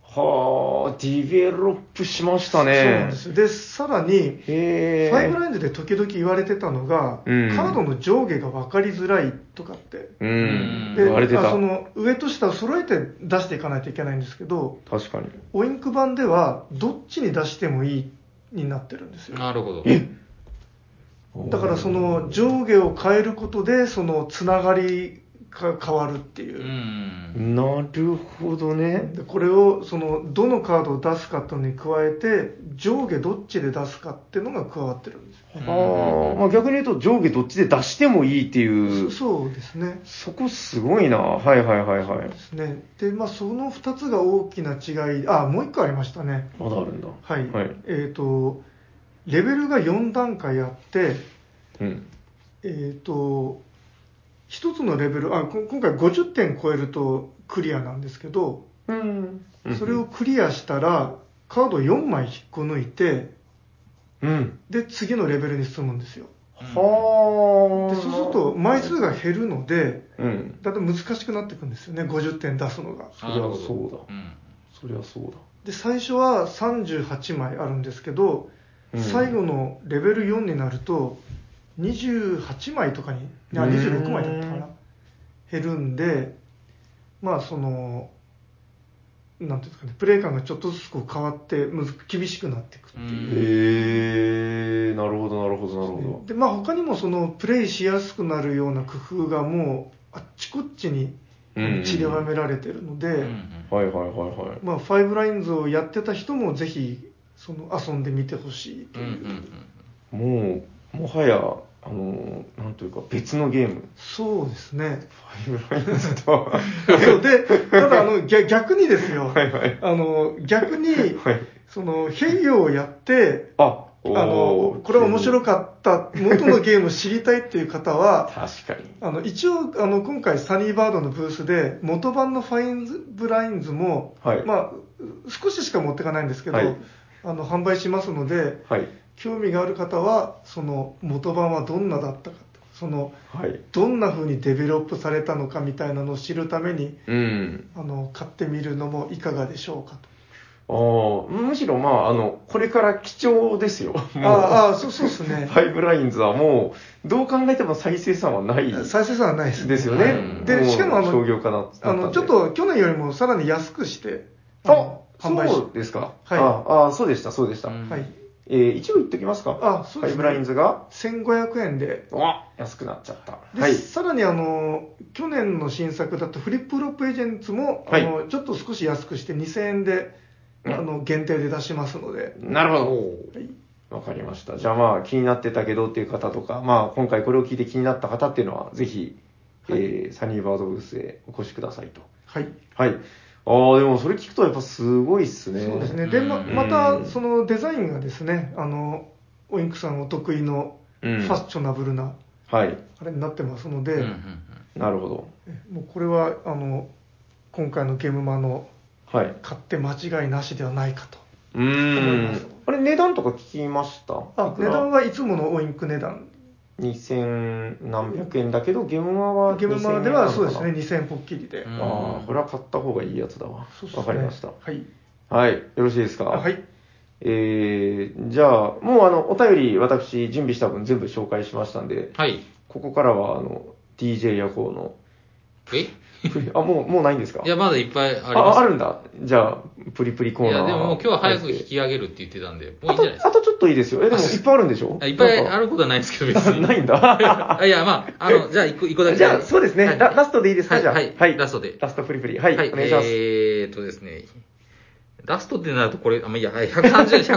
Speaker 4: ははあ、ディベロップしまし
Speaker 2: そ
Speaker 4: た
Speaker 2: うなん
Speaker 4: ね
Speaker 2: で。すよで、さらに、
Speaker 4: へえ。
Speaker 2: ファイブラインズで時々言われてたのが、
Speaker 4: うん
Speaker 2: カードの上下が分かりづらいとかって。
Speaker 4: うん。
Speaker 2: で、
Speaker 4: 言われて
Speaker 2: あ
Speaker 4: た
Speaker 2: そ。の上と下を揃えて出していかないといけないんですけど、
Speaker 4: 確かに。
Speaker 2: オインク版では、どっちに出してもいいになってるんですよ。
Speaker 1: なるほど。
Speaker 2: だからその上下を変えることで、そのつながりが変わるっていうう。
Speaker 1: ん。
Speaker 4: なるほどね。
Speaker 2: でこれをそのどのカードを出すかというのに加えて上下どっちで出すかっていうのが加わってるんですよ
Speaker 1: うん
Speaker 4: ああ、まあ逆に言うと上下どっちで出してもいいっていう
Speaker 2: そ。そうですね
Speaker 4: そこすごいな。はいはいはいはい
Speaker 2: で。すねでまあその2つが大きな違いあもう1個ありましたね
Speaker 4: まだあるんだ。
Speaker 2: はい、
Speaker 4: はい。
Speaker 2: えっ、とレベルが4段階あって
Speaker 4: うん。
Speaker 2: えっ、と1つのレベルあこ今回50点超えるとクリアなんですけど
Speaker 4: うん。
Speaker 2: それを。クリアしたらカード4枚引っこ抜いて
Speaker 4: うん。
Speaker 2: で次のレベルに進むんですよ
Speaker 4: はあ。
Speaker 2: でそうすると枚数が減るので
Speaker 4: うん。
Speaker 2: だんだん難しくなっていくんですよね50点出すのが
Speaker 4: そりゃそうだ。
Speaker 1: うん。
Speaker 4: そりゃそうだ。
Speaker 2: で最初は38枚あるんですけど、
Speaker 4: うん
Speaker 2: 最後のレベル4になると28枚とかにあ
Speaker 4: うん
Speaker 2: 26枚だったかな減るんでまあそのなんていうんですかねプレイ感がちょっとずつこう変わってむず厳しくなっていくっていう、
Speaker 4: へえ、なるほどなるほどなるほ
Speaker 2: でまあ他にもそのプレイしやすくなるような工夫がもうあっちこっちに
Speaker 4: ど。うん。
Speaker 2: 散りばめられてるので、
Speaker 1: うん
Speaker 4: はいはいはいはい。
Speaker 2: まあ、ファイブラインズをやってた人もぜひその遊んでみてほしいと
Speaker 1: うんう
Speaker 2: いう、
Speaker 1: ん
Speaker 4: もう、もはや、あの、なんというか、別のゲーム。
Speaker 2: そうですね
Speaker 4: ファイブラインズと。
Speaker 2: そうでただあの逆逆にですよ、
Speaker 4: はいはい。
Speaker 2: あの逆に
Speaker 4: はい。
Speaker 2: その変容をやって
Speaker 4: あ、
Speaker 2: あのこれは面白
Speaker 4: く。
Speaker 2: かった元のゲームを知りたいっていう方は
Speaker 4: 確かに。
Speaker 2: あの一応あの今回サニーバードのブースで元版のファインブラインズも、
Speaker 4: はい
Speaker 2: まあ少ししか持ってかないんですけど、
Speaker 4: はい
Speaker 2: あの販売しますので
Speaker 4: はい。
Speaker 2: 興味がある方はその元版はどんなだったかその
Speaker 4: はい。
Speaker 2: どんな風にデベロップされたのかみたいなのを知るために
Speaker 4: うん。
Speaker 2: あの買ってみるのもいかがでしょうか
Speaker 4: ああ、むしろまあ、あの、これから貴重ですよ。
Speaker 2: と
Speaker 4: もう
Speaker 2: あーあーそうそうですね
Speaker 4: ファイブラインズはもう、どう考えても再生産はないで
Speaker 2: 再生産はないです
Speaker 4: すよ
Speaker 1: は
Speaker 4: ね。
Speaker 1: い
Speaker 2: で
Speaker 4: う
Speaker 2: しかもあの
Speaker 4: 商業化な
Speaker 2: あのちょっ、
Speaker 4: なたんで
Speaker 2: と去年よりもさらに安くしてあ
Speaker 4: あ
Speaker 2: の、販売し
Speaker 4: そうですか。
Speaker 2: はい
Speaker 4: ああ、そうでした、そうでした。
Speaker 1: うん
Speaker 2: はい
Speaker 4: えー一応言っときますか。
Speaker 2: あそうですね
Speaker 4: ファイブラインズが、
Speaker 2: 1500円で
Speaker 4: わ安くなっちゃった。
Speaker 2: で、
Speaker 4: はい。
Speaker 2: さらにあの去年の新作だったフリップロップエージェンツも、
Speaker 4: はい
Speaker 2: あのちょっと少し安くして2000円で、
Speaker 4: うん
Speaker 2: あの限定で出しますので
Speaker 4: なるほど。わかりました。じゃあまあ気になってたけどっていう方とか、まあ今回これを聞いて気になった方っていうのは、ぜひ、
Speaker 2: はい
Speaker 4: えーサニーバードブースへお越しくださいと。
Speaker 2: はい
Speaker 4: はい。ああ、でもそれ聞くとやっぱすごいっすね。
Speaker 2: そうですね。で、ま
Speaker 1: うん
Speaker 2: また、そのデザインがですね、あの、オインクさんお得意の
Speaker 4: う
Speaker 2: フ
Speaker 4: ん。
Speaker 2: ァッショナブルな、
Speaker 4: はい。
Speaker 2: あれになってますので、
Speaker 1: うんうん
Speaker 4: なるほど。
Speaker 2: えもうこれは、あの、今回のゲームマの
Speaker 4: はい。
Speaker 2: 買って間違いなしではないかと。
Speaker 4: う
Speaker 2: 思いま
Speaker 4: ー
Speaker 2: す
Speaker 4: ん。あれ値段とか聞きました
Speaker 2: あ値段はいつものオインク値段。
Speaker 4: 2000何百円だけど、ゲームマは
Speaker 2: ゲームマで
Speaker 4: 2000
Speaker 2: は
Speaker 4: 円
Speaker 2: そうで
Speaker 4: なの
Speaker 2: す
Speaker 4: か
Speaker 2: ね、
Speaker 4: な。
Speaker 2: 2000ポッキリで。
Speaker 1: うん
Speaker 4: ああ、これは買った方がいいやつだわ。わ、
Speaker 2: そうですね
Speaker 4: かりました。
Speaker 2: はい。
Speaker 4: はい。よろしいですか
Speaker 2: あはい。
Speaker 4: えー、じゃあ、もうあの、お便り私準備した分全部紹介しましたんで、
Speaker 1: はい。
Speaker 4: ここからはあの、DJ 夜行の、
Speaker 1: え
Speaker 4: プリあ、もう、もうないんですか
Speaker 1: いや、まだいっぱいあります。
Speaker 4: あ、あるんだ。じゃあ、プリプリコー
Speaker 1: い
Speaker 4: ナー。
Speaker 1: や、でももう今日は早く引き上げるって言ってたんで、もういい
Speaker 4: あ
Speaker 1: んじゃないです
Speaker 4: と、あとちょっといいですよ。え、でもいっぱいあるんでしょ
Speaker 1: か。いっぱいあ
Speaker 4: る。
Speaker 1: ることはないですけど、別
Speaker 4: なんか
Speaker 1: に。
Speaker 4: ないんだ。
Speaker 1: あいや、まあ、あの、じゃあ、一個、一個だけ。
Speaker 4: じゃあ、そうですね。
Speaker 1: はい
Speaker 4: ララストでいいですか、
Speaker 1: はい
Speaker 4: じゃあ。
Speaker 1: はいラストで
Speaker 4: ラストプリプリ。はい、
Speaker 1: はい、
Speaker 4: お願いします。
Speaker 1: えーっとですね。ラストってなると、これ、あ、まあいいや、はい130、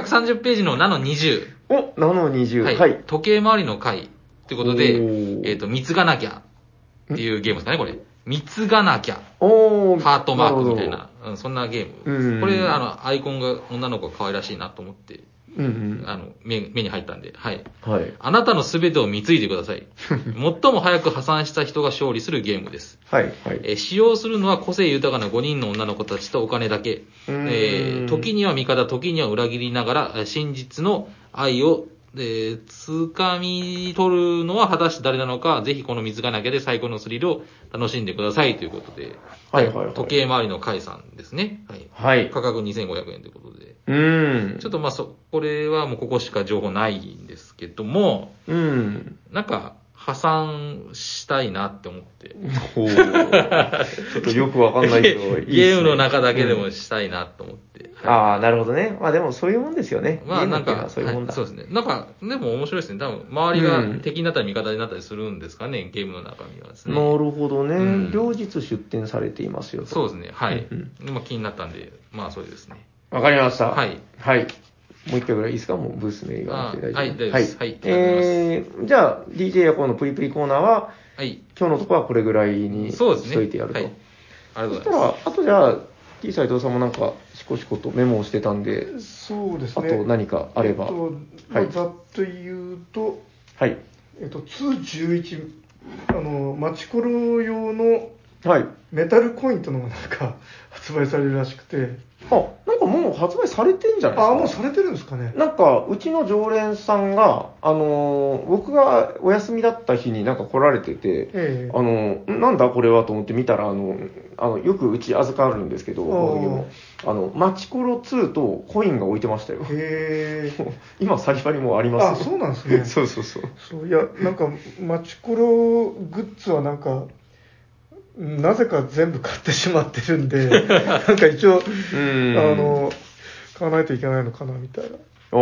Speaker 1: 130ページの7の20。
Speaker 4: お、7の20。はい。
Speaker 1: 時計回りの回。ということで、え
Speaker 4: おー
Speaker 1: ーっと、貢がなきゃ。っていうゲームですかね、これ。貢がなきゃ。
Speaker 4: お
Speaker 1: ハートマークみたい。
Speaker 4: る
Speaker 1: な、うん、そんなゲー
Speaker 4: うん
Speaker 1: ム。これ、あの、アイコンが、女の子が可愛らしいなと思って、
Speaker 4: ほどうん
Speaker 1: あの、目目に入ったんで、はい。
Speaker 4: うん。はい。
Speaker 1: あなたのすべてを貢いでくださ い。最も早く破産した人が勝利するゲームです。
Speaker 4: はい。はい。
Speaker 1: えー使用するのは個性豊かな5人の女の子たちとお金だけ。
Speaker 4: うーん
Speaker 1: えー時には味方、時には裏切りながら、えー真実の愛をで、掴み取るのは果たして誰なのか、ぜひこの水がなきで最高のスリルを楽しんでくださいということで、
Speaker 4: はいはいはい
Speaker 1: 時計回りの回さんですね。はい。
Speaker 4: はい。
Speaker 1: 価格2500円ということで。
Speaker 4: うん。
Speaker 1: ちょっとまあそ、これはもうここしか情報ないんですけども、
Speaker 4: うん。
Speaker 1: なんか破産したいなって思って。
Speaker 4: ほう。ちょっとよくわかんないけど、いいっすね
Speaker 1: ゲームの中だけでもしたいなと思って。は
Speaker 4: ああ、なるほどね。まあでもそういうもんですよね
Speaker 1: い。まあなん
Speaker 4: ゲーム
Speaker 1: か、
Speaker 4: っていうのはそういうもん
Speaker 1: は
Speaker 4: だ。
Speaker 1: いそうですね。なんか、でも面白いですね。多分、周りが
Speaker 4: うん
Speaker 1: 敵になったり味方になったりするんですかね、ゲームの中身はですね。
Speaker 4: なるほどね、
Speaker 1: うん
Speaker 4: 両日出店されていますよと。
Speaker 1: そうですね。はい。
Speaker 4: うん
Speaker 1: まあ気になったんで、まあそれですね。
Speaker 4: わかりました。
Speaker 1: はい。
Speaker 4: はい。もう一回ぐらいいいですかもうブース名言わなくて大丈夫。
Speaker 1: あはい大丈夫ですはい
Speaker 4: えー、じゃあ、DJ やこのプリプリコーナーは、
Speaker 1: はい。
Speaker 4: 今日のとこはこれぐらいにし
Speaker 1: そうですね。
Speaker 4: といてやると。
Speaker 1: はい。ありがとうご
Speaker 4: そし
Speaker 1: ざ
Speaker 4: た
Speaker 1: います。
Speaker 4: ら、あとじゃあ、T 斎藤さんもなんか、しこしことメモをしてたんで、
Speaker 2: そうです
Speaker 4: あ
Speaker 2: ね。
Speaker 4: と何かあれば。
Speaker 2: えっとま
Speaker 4: は
Speaker 2: あ
Speaker 4: い
Speaker 2: ざっと言うと、
Speaker 4: はい。
Speaker 2: えっと、211、あの、マチコロ用の
Speaker 4: はい。
Speaker 2: メタルコインというのがなんか 発売されるらしくて、
Speaker 4: あ、なんかもう発売されてんじゃないですか
Speaker 2: あ、もうされてるんですかね。
Speaker 4: なんか、うちの常連さんが、あのー僕がお休みだった日になんか来られてて、
Speaker 2: ええ
Speaker 4: あのーんなんだこれはと思って見たら、あのあの、よくうち預かるんですけど、
Speaker 2: おー
Speaker 4: この時もあの、マチコロ2とコインが置いて ましたよ。
Speaker 2: へえ。
Speaker 4: 今、サリファリもあり
Speaker 2: あ、
Speaker 4: ます
Speaker 2: そ
Speaker 4: よ。
Speaker 2: うなんですね。
Speaker 4: そうそうそう。
Speaker 2: そういやなんかマチコログッズはなんかなぜか全部買ってしまってるん でなんか一応あ
Speaker 4: ん
Speaker 2: の買わないといけないのかなみたいな
Speaker 4: あー、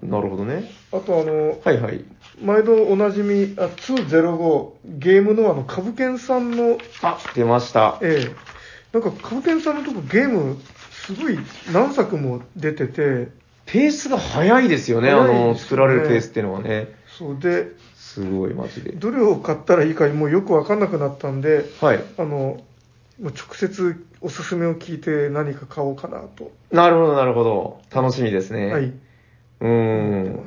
Speaker 4: なるほどね。
Speaker 2: あとあの
Speaker 4: はいはい。
Speaker 2: 毎度おなじみあ205ゲームのあの株券さんの
Speaker 4: あ、出ました。
Speaker 2: ええなんか株券さんのとこゲームすごい何作も出てて
Speaker 4: ペースが早いですよね、あ
Speaker 2: 早いですよ
Speaker 4: の、
Speaker 2: ね
Speaker 4: 作られるペースっていうのはね。
Speaker 2: そうです
Speaker 4: ごい、マジで。
Speaker 2: どれを買ったらいいかもうよく分かんなくなったんで
Speaker 4: はい。
Speaker 2: あの、もう直接おすすめを聞いて何か買おうかなと。
Speaker 4: なるほど、なるほど。楽しみですね。
Speaker 2: はい。
Speaker 4: うーん。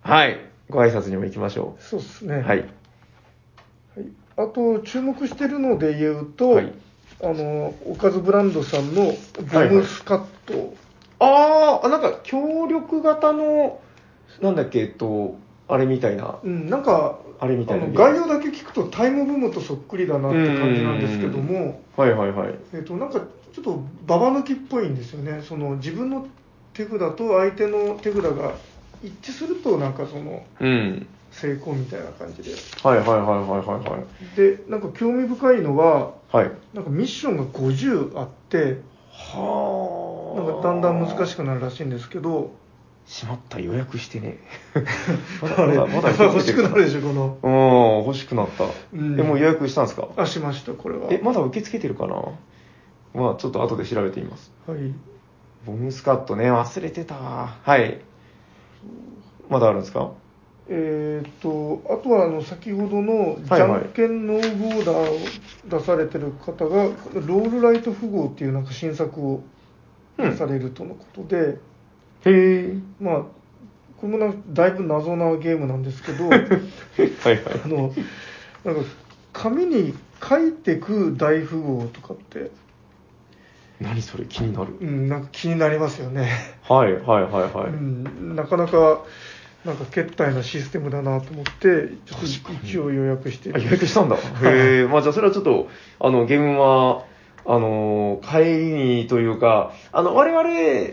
Speaker 4: はい。ご挨拶にも行きましょ
Speaker 2: そうです
Speaker 4: う。
Speaker 2: ね。
Speaker 4: は。
Speaker 2: はいあと、注目してるので言うと、
Speaker 4: はい
Speaker 2: あの、おかずブランドさんのゴムスカット。
Speaker 4: あーあ、なんか協力型の、なんだっけ、えっと、あれみたいな、
Speaker 2: うん、なんか、
Speaker 4: あれみた
Speaker 2: あ
Speaker 4: いな。
Speaker 2: の概要だけ聞くとタイムブームとそっくりだなって感じなんですけども、
Speaker 4: はいはいはい。
Speaker 2: えっと、なんかちょっとババ抜きっぽいんですよね。その自分の手札と相手の手札が一致すると、なんかその
Speaker 4: うん。
Speaker 2: 成功みたいな感じで。
Speaker 4: はいはいはいはいはいはい。
Speaker 2: でなんか興味深いのは
Speaker 4: はい。
Speaker 2: なんかミッションが50あって
Speaker 4: は
Speaker 2: なんかだんだん難しくなるらしいんですけど。
Speaker 4: しまった、予約して ね
Speaker 2: あれ、やっぱ欲しくなるでしょこの
Speaker 4: うん、欲しくなった。
Speaker 2: うん
Speaker 4: え、もう予約したんですか
Speaker 2: あしましたこれは
Speaker 4: え、まだ受け付けてるかなまあ、ちょっと後で調べてみます。
Speaker 2: はい
Speaker 4: ボムスカットね、忘れてた。はい。まだあるんですか
Speaker 2: えー、とあとはあの先ほどのじ
Speaker 4: はい
Speaker 2: ゃ
Speaker 4: はい
Speaker 2: んけんノーボーダーを出されてる方が、ロールライト富豪っていうなんか新作を出されるとのことで、
Speaker 4: へえ。
Speaker 2: まあこれもなだいぶ謎なゲームなんですけ ど
Speaker 4: はいはい。
Speaker 2: あの、なんか、紙に書いてく大富豪とかって、
Speaker 4: 何それ気になる。
Speaker 2: うん、なんか気になりますよね。
Speaker 4: はいはいはいは
Speaker 2: う
Speaker 4: い。
Speaker 2: ん、なかなか、なんか、決済なシステムだなと思って、ちょ
Speaker 4: 確か
Speaker 2: っと
Speaker 4: に
Speaker 2: 一応予約して
Speaker 4: あ、予約したんだ。 へえ。まあじゃあそれはちょっと、あの、ゲームは、あのー、帰りにというか、あの、我々、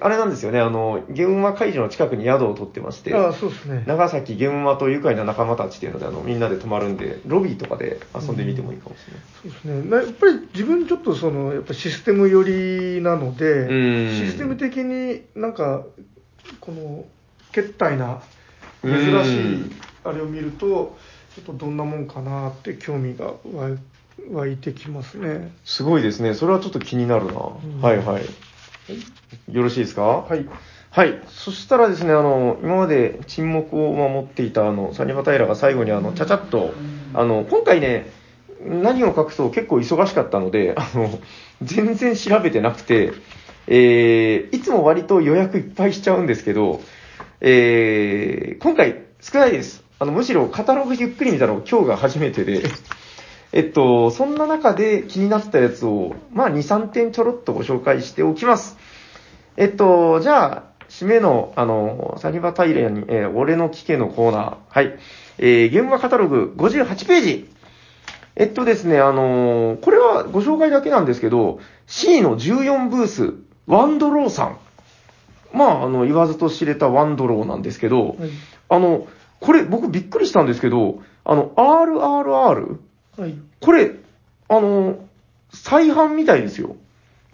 Speaker 4: あれなんですよね、あの、ゲームは会場の近くに宿を取ってまして、
Speaker 2: あそうですね。
Speaker 4: 長崎ゲームマと愉快な仲間たちっていうので、あの、みんなで泊まるんで、ロビーとかで遊んでみてもいいかもしれない。
Speaker 2: そうですね。なやっぱり自分ちょっとその、やっぱシステム寄りなので、
Speaker 4: うん
Speaker 2: システム的になんか、この、決済な、珍
Speaker 4: う
Speaker 2: しい
Speaker 4: ん
Speaker 2: あれを見ると、ちょっとどんなもんかなって興味が湧い湧いてきますね。
Speaker 4: すごいですね。それはちょっと気になるな。
Speaker 2: ん
Speaker 4: はいはい。よろしいですか
Speaker 2: は
Speaker 4: はい。
Speaker 2: い。
Speaker 4: そしたらですね、あの、今まで沈黙を守っていた、あの、サニバタイラが最後に、あの、ちゃちゃっと、あの、今回ね、何を隠そう結構忙しかったので、あの、全然調べてなくて、えー、いつも割と予約いっぱいしちゃうんですけど、えー、今回少ないです。あの、むしろカタログゆっくり見たの今日が初めてで、えっと、そんな中で気になったやつを、まあ、2、3点ちょろっとご紹介しておきます。えっと、じゃあ、締めの、あの、サニバタイラに、えー俺の危険のコーナー。はい。えー、ゲームマカタログ58ページ。えっとですね、あのーこれはご紹介だけなんですけど、C の14ブース、ワンドローさん。まあ、あの、言わずと知れたワンドローなんですけど、
Speaker 2: はい
Speaker 4: あの、これ僕びっくりしたんですけど、あの、RRR?
Speaker 2: はい。
Speaker 4: これ、あの、再販みたいですよ。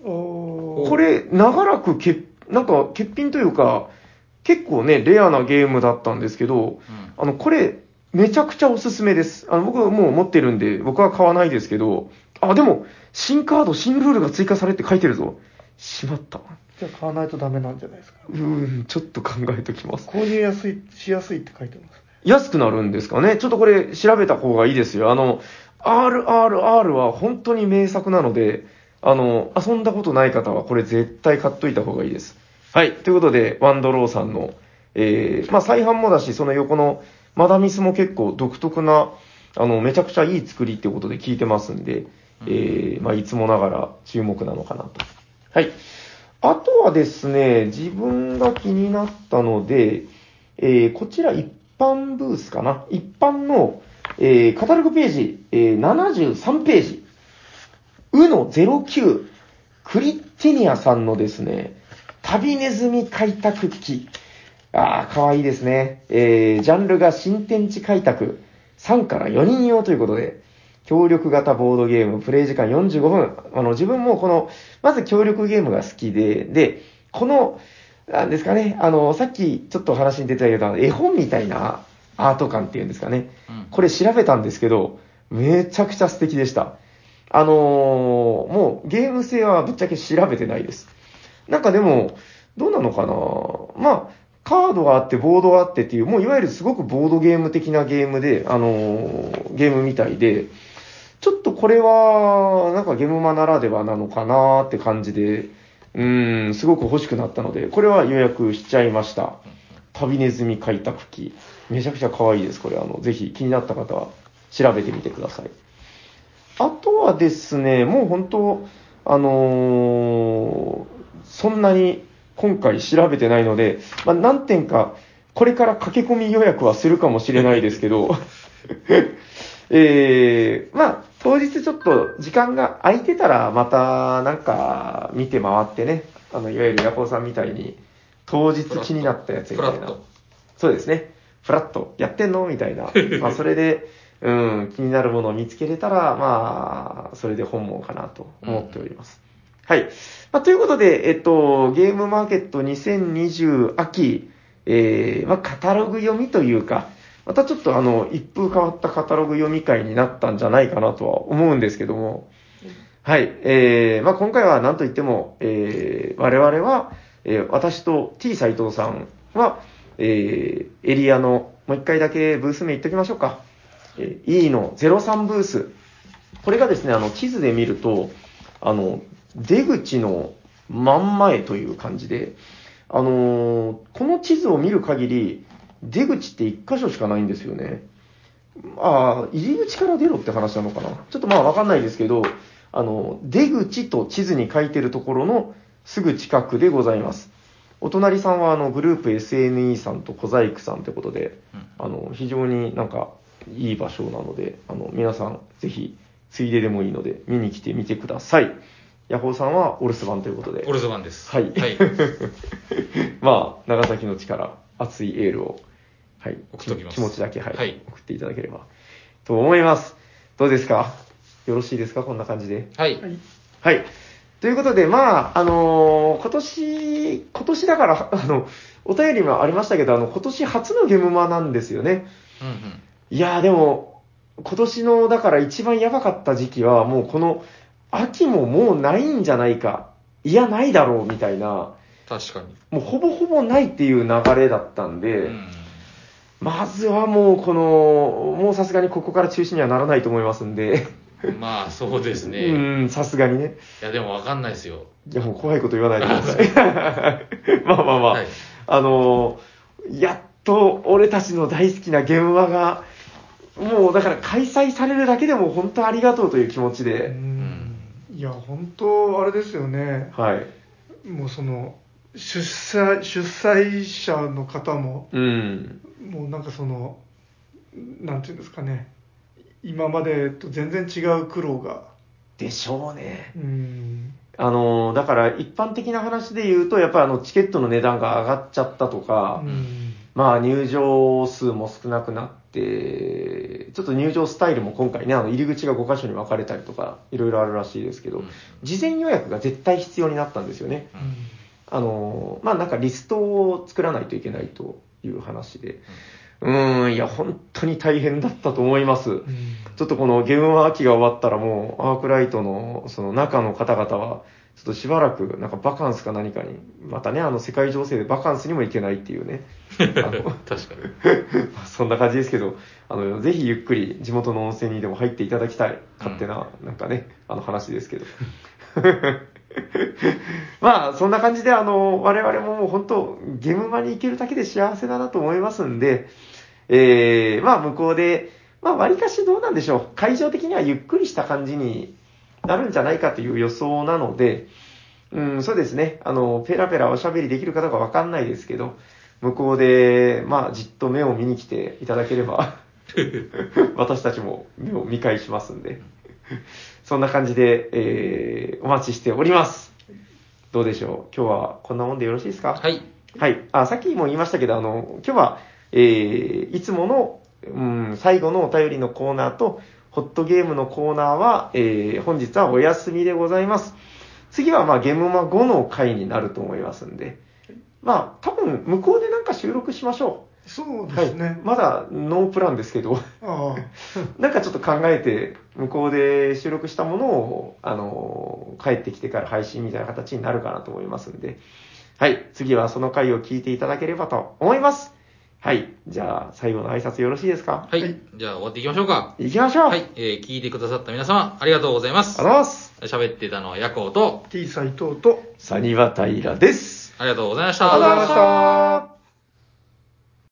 Speaker 2: おー
Speaker 4: これ、長らく欠、なんか、欠品というか、結構ね、レアなゲームだったんですけど、
Speaker 1: うん
Speaker 4: あの、これ、めちゃくちゃおすすめです。あの、僕はもう持ってるんで、僕は買わないですけど、あ、でも、新カード、新ルールが追加されって書いてるぞ。しまった。
Speaker 2: じゃあ買わないとダメなんじゃないですか。
Speaker 4: うーん、ちょっと考えときます。
Speaker 2: 購入やすい、しやすいって書いてますね。
Speaker 4: 安くなるんですかね。ちょっとこれ調べた方がいいですよ。あの、RRR は本当に名作なので、あの、遊んだことない方はこれ絶対買っといた方がいいです。はい。ということで、ワンドローさんの、えー、まあ再販もだし、その横のマダミスも結構独特な、あの、めちゃくちゃいい作りってことで聞いてますんで、えー、まあいつもながら注目なのかなと。はい。あとはですね、自分が気になったので、えーこちら一般ブースかな。一般の、えーカタログページ、えー73ページ。うの09、クリッティニアさんのですね、旅ネズミ開拓記。ああ、かわいいですね。えージャンルが新天地開拓、3から4人用ということで、協力型ボードゲーム、プレイ時間45分。あの、自分もこの、まず協力ゲームが好きで、で、この、なんですかね、あの、さっきちょっとお話に出てたけど、あの絵本みたいなアート感っていうんですかね。
Speaker 1: うん
Speaker 4: これ調べたんですけど、めちゃくちゃ素敵でした。あのーもうゲーム性はぶっちゃけ調べてないです。なんかでも、どうなのかなまあ、カードがあって、ボードがあってっていう、もういわゆるすごくボードゲーム的なゲームで、あのーゲームみたいで、ちょっとこれは、なんかゲームマならではなのかなって感じで、うーん、すごく欲しくなったので、これは予約しちゃいました。旅ネズミ開拓機。めちゃくちゃ可愛いです、これ。あの、ぜひ気になった方は調べてみてください。あとはですね、もう本当、あのーそんなに今回調べてないので、まあ、何点か、これから駆け込み予約はするかもしれないですけど、 えー、まあ、当日ちょっと時間が空いてたら、またなんか見て回ってね、あの、いわゆるヤコウさんみたいに、当日気になったやつみた
Speaker 1: フ
Speaker 4: い
Speaker 1: ラッ
Speaker 4: な
Speaker 1: と。
Speaker 4: そうですね。フラット、やってんのみた いな。まあ、それで、うん、気になるものを見つけれたら、まあ、それで本望かなと思っております。はい。まあ、ということで、えっと、ゲームマーケット2020秋、えー、まあ、カタログ読みというか、またちょっとあの、一風変わったカタログ読み会になったんじゃないかなとは思うんですけども、はい。えー、まあ、今回は何と言っても、えー、我々は、えー、私と T 斎藤さんは、えー、エリアの、もう一回だけブース名言っときましょうか。えー、E の03ブース。これがですね、あの、地図で見ると、あの、出口の真ん前という感じで、あのーこの地図を見る限り、出口って一箇所しかないんですよね。ああ、入り口から出ろって話なのかなちょっとまあわかんないですけど、あの、出口と地図に書いてるところのすぐ近くでございます。お隣さんはあのグループ SNE さんと小細工さんということで、あの、非常になんかいい場所なので、あの、皆さんぜひ、ついででもいいので、見に来てみてください。ヤホーさんはお留守番ということで
Speaker 1: オ、ルズマンです。
Speaker 4: はい
Speaker 1: はい。
Speaker 4: まあ、長崎の地から熱いエールを、はい、
Speaker 1: 送っときます
Speaker 4: 気持ちだけ、はい、
Speaker 1: はい
Speaker 4: 送っていただければと思います。どうですかよろしいですかこんな感じで。
Speaker 1: はい
Speaker 2: は。い。
Speaker 4: はい。ということで、まあ、あのー今年、今年だから、あの、お便りもありましたけど、あの、今年初のゲームマなんですよね。
Speaker 1: うんうん。
Speaker 4: いやーでも、今年の、だから一番やばかった時期は、もうこの、秋ももうないんじゃないか。いや、ないだろう、みたいな、
Speaker 1: 確かに。
Speaker 4: もうほぼほぼないっていう流れだったんで、
Speaker 1: うん。
Speaker 4: まずはもうこの、もうさすがにここから中止にはならないと思いますんで、
Speaker 1: まあ、そうですね。
Speaker 4: う
Speaker 1: い
Speaker 4: ん、さすがにね。
Speaker 1: や、でもわかんないですよ。
Speaker 4: いや、もう怖いこと言わないでく ださい。まあまあまあ、
Speaker 1: はい。
Speaker 4: あのーやっと俺たちの大好きな現場が、もうだから開催されるだけでも本当ありがとうという気持ち
Speaker 2: う
Speaker 4: で、
Speaker 2: んいや、本当あれですよね。
Speaker 4: はい。
Speaker 2: もうその、出社主催者の方も
Speaker 4: うん。
Speaker 2: もうなんかそのなんていうんですかね今までと全然違う苦労が
Speaker 4: でしょうね。
Speaker 2: うん
Speaker 4: あの、だから一般的な話で言うと、やっぱりあの、チケットの値段が上がっちゃったとか、
Speaker 2: うん
Speaker 4: まあ入場数も少なくなって、ちょっと入場スタイルも今回ね、あの入り口が5箇所に分かれたりとか、いろいろあるらしいですけど、事前予約が絶対必要になったんですよね。あの、まあなんかリストを作らないといけないという話で。うーん、いや、本当に大変だったと思います。ちょっとこのゲームは秋が終わったらもう、アークライトのその中の方々は、ちょっとしばらくなんかバカンスか何かに、またね、あの世界情勢でバカンスにも行けないって いうね。あ
Speaker 1: 確かに。
Speaker 4: のま あそんな感じですけど、あの、ぜひゆっくり地元の温泉にでも入っていただきたい、勝手な、なんかね、あの話ですけど。 まあ、そんな感じで、あの、我々ももう本当、ゲーム場に行けるだけで幸せだなと思いますんで、えー、まあ、向こうで、まあ、割かしどうなんでしょう。会場的にはゆっくりした感じになるんじゃないかという予想なので、うん、そうですね。あの、ペラペラおしゃべりできるかどうかわかんないですけど、向こうで、まあ、じっと目を見に来ていただければ、私たちも目を見返しますんで、そんな感じで、えー、お待ちしております。どうでしょう今日はこんなもんでよろしいですか
Speaker 1: はい。
Speaker 4: はい。あ、さっきも言いましたけど、あの、今日は、えー、いつもの、うん、最後のお便りのコーナーと、ホットゲームのコーナーは、えー、本日はお休みでございます。次は、まあ、ゲームマ5の回になると思いますんで、まあ、多分、向こうでなんか収録しましょ
Speaker 2: そう
Speaker 4: う。
Speaker 2: ですね、
Speaker 4: はい。まだ、ノープランですけど、
Speaker 2: ああ
Speaker 4: なんかちょっと考えて、向こうで収録したものを、あの、帰ってきてから配信みたいな形になるかなと思いますんで、はい、次はその回を聞いていただければと思います。はい、じゃあ最後の挨拶よろしいですか
Speaker 1: はい。じゃあ終わっていきましょうか。
Speaker 4: 行きましょう
Speaker 1: はい。えー聞いてくださった皆様、ありがとうございま
Speaker 4: ありが
Speaker 1: す
Speaker 4: とうご。ざいます
Speaker 1: 喋ってたのはヤコウと、
Speaker 2: T 斎藤と
Speaker 4: サニバタイラです
Speaker 1: ありがとうございまし
Speaker 4: あ
Speaker 1: た。
Speaker 4: りがとうございました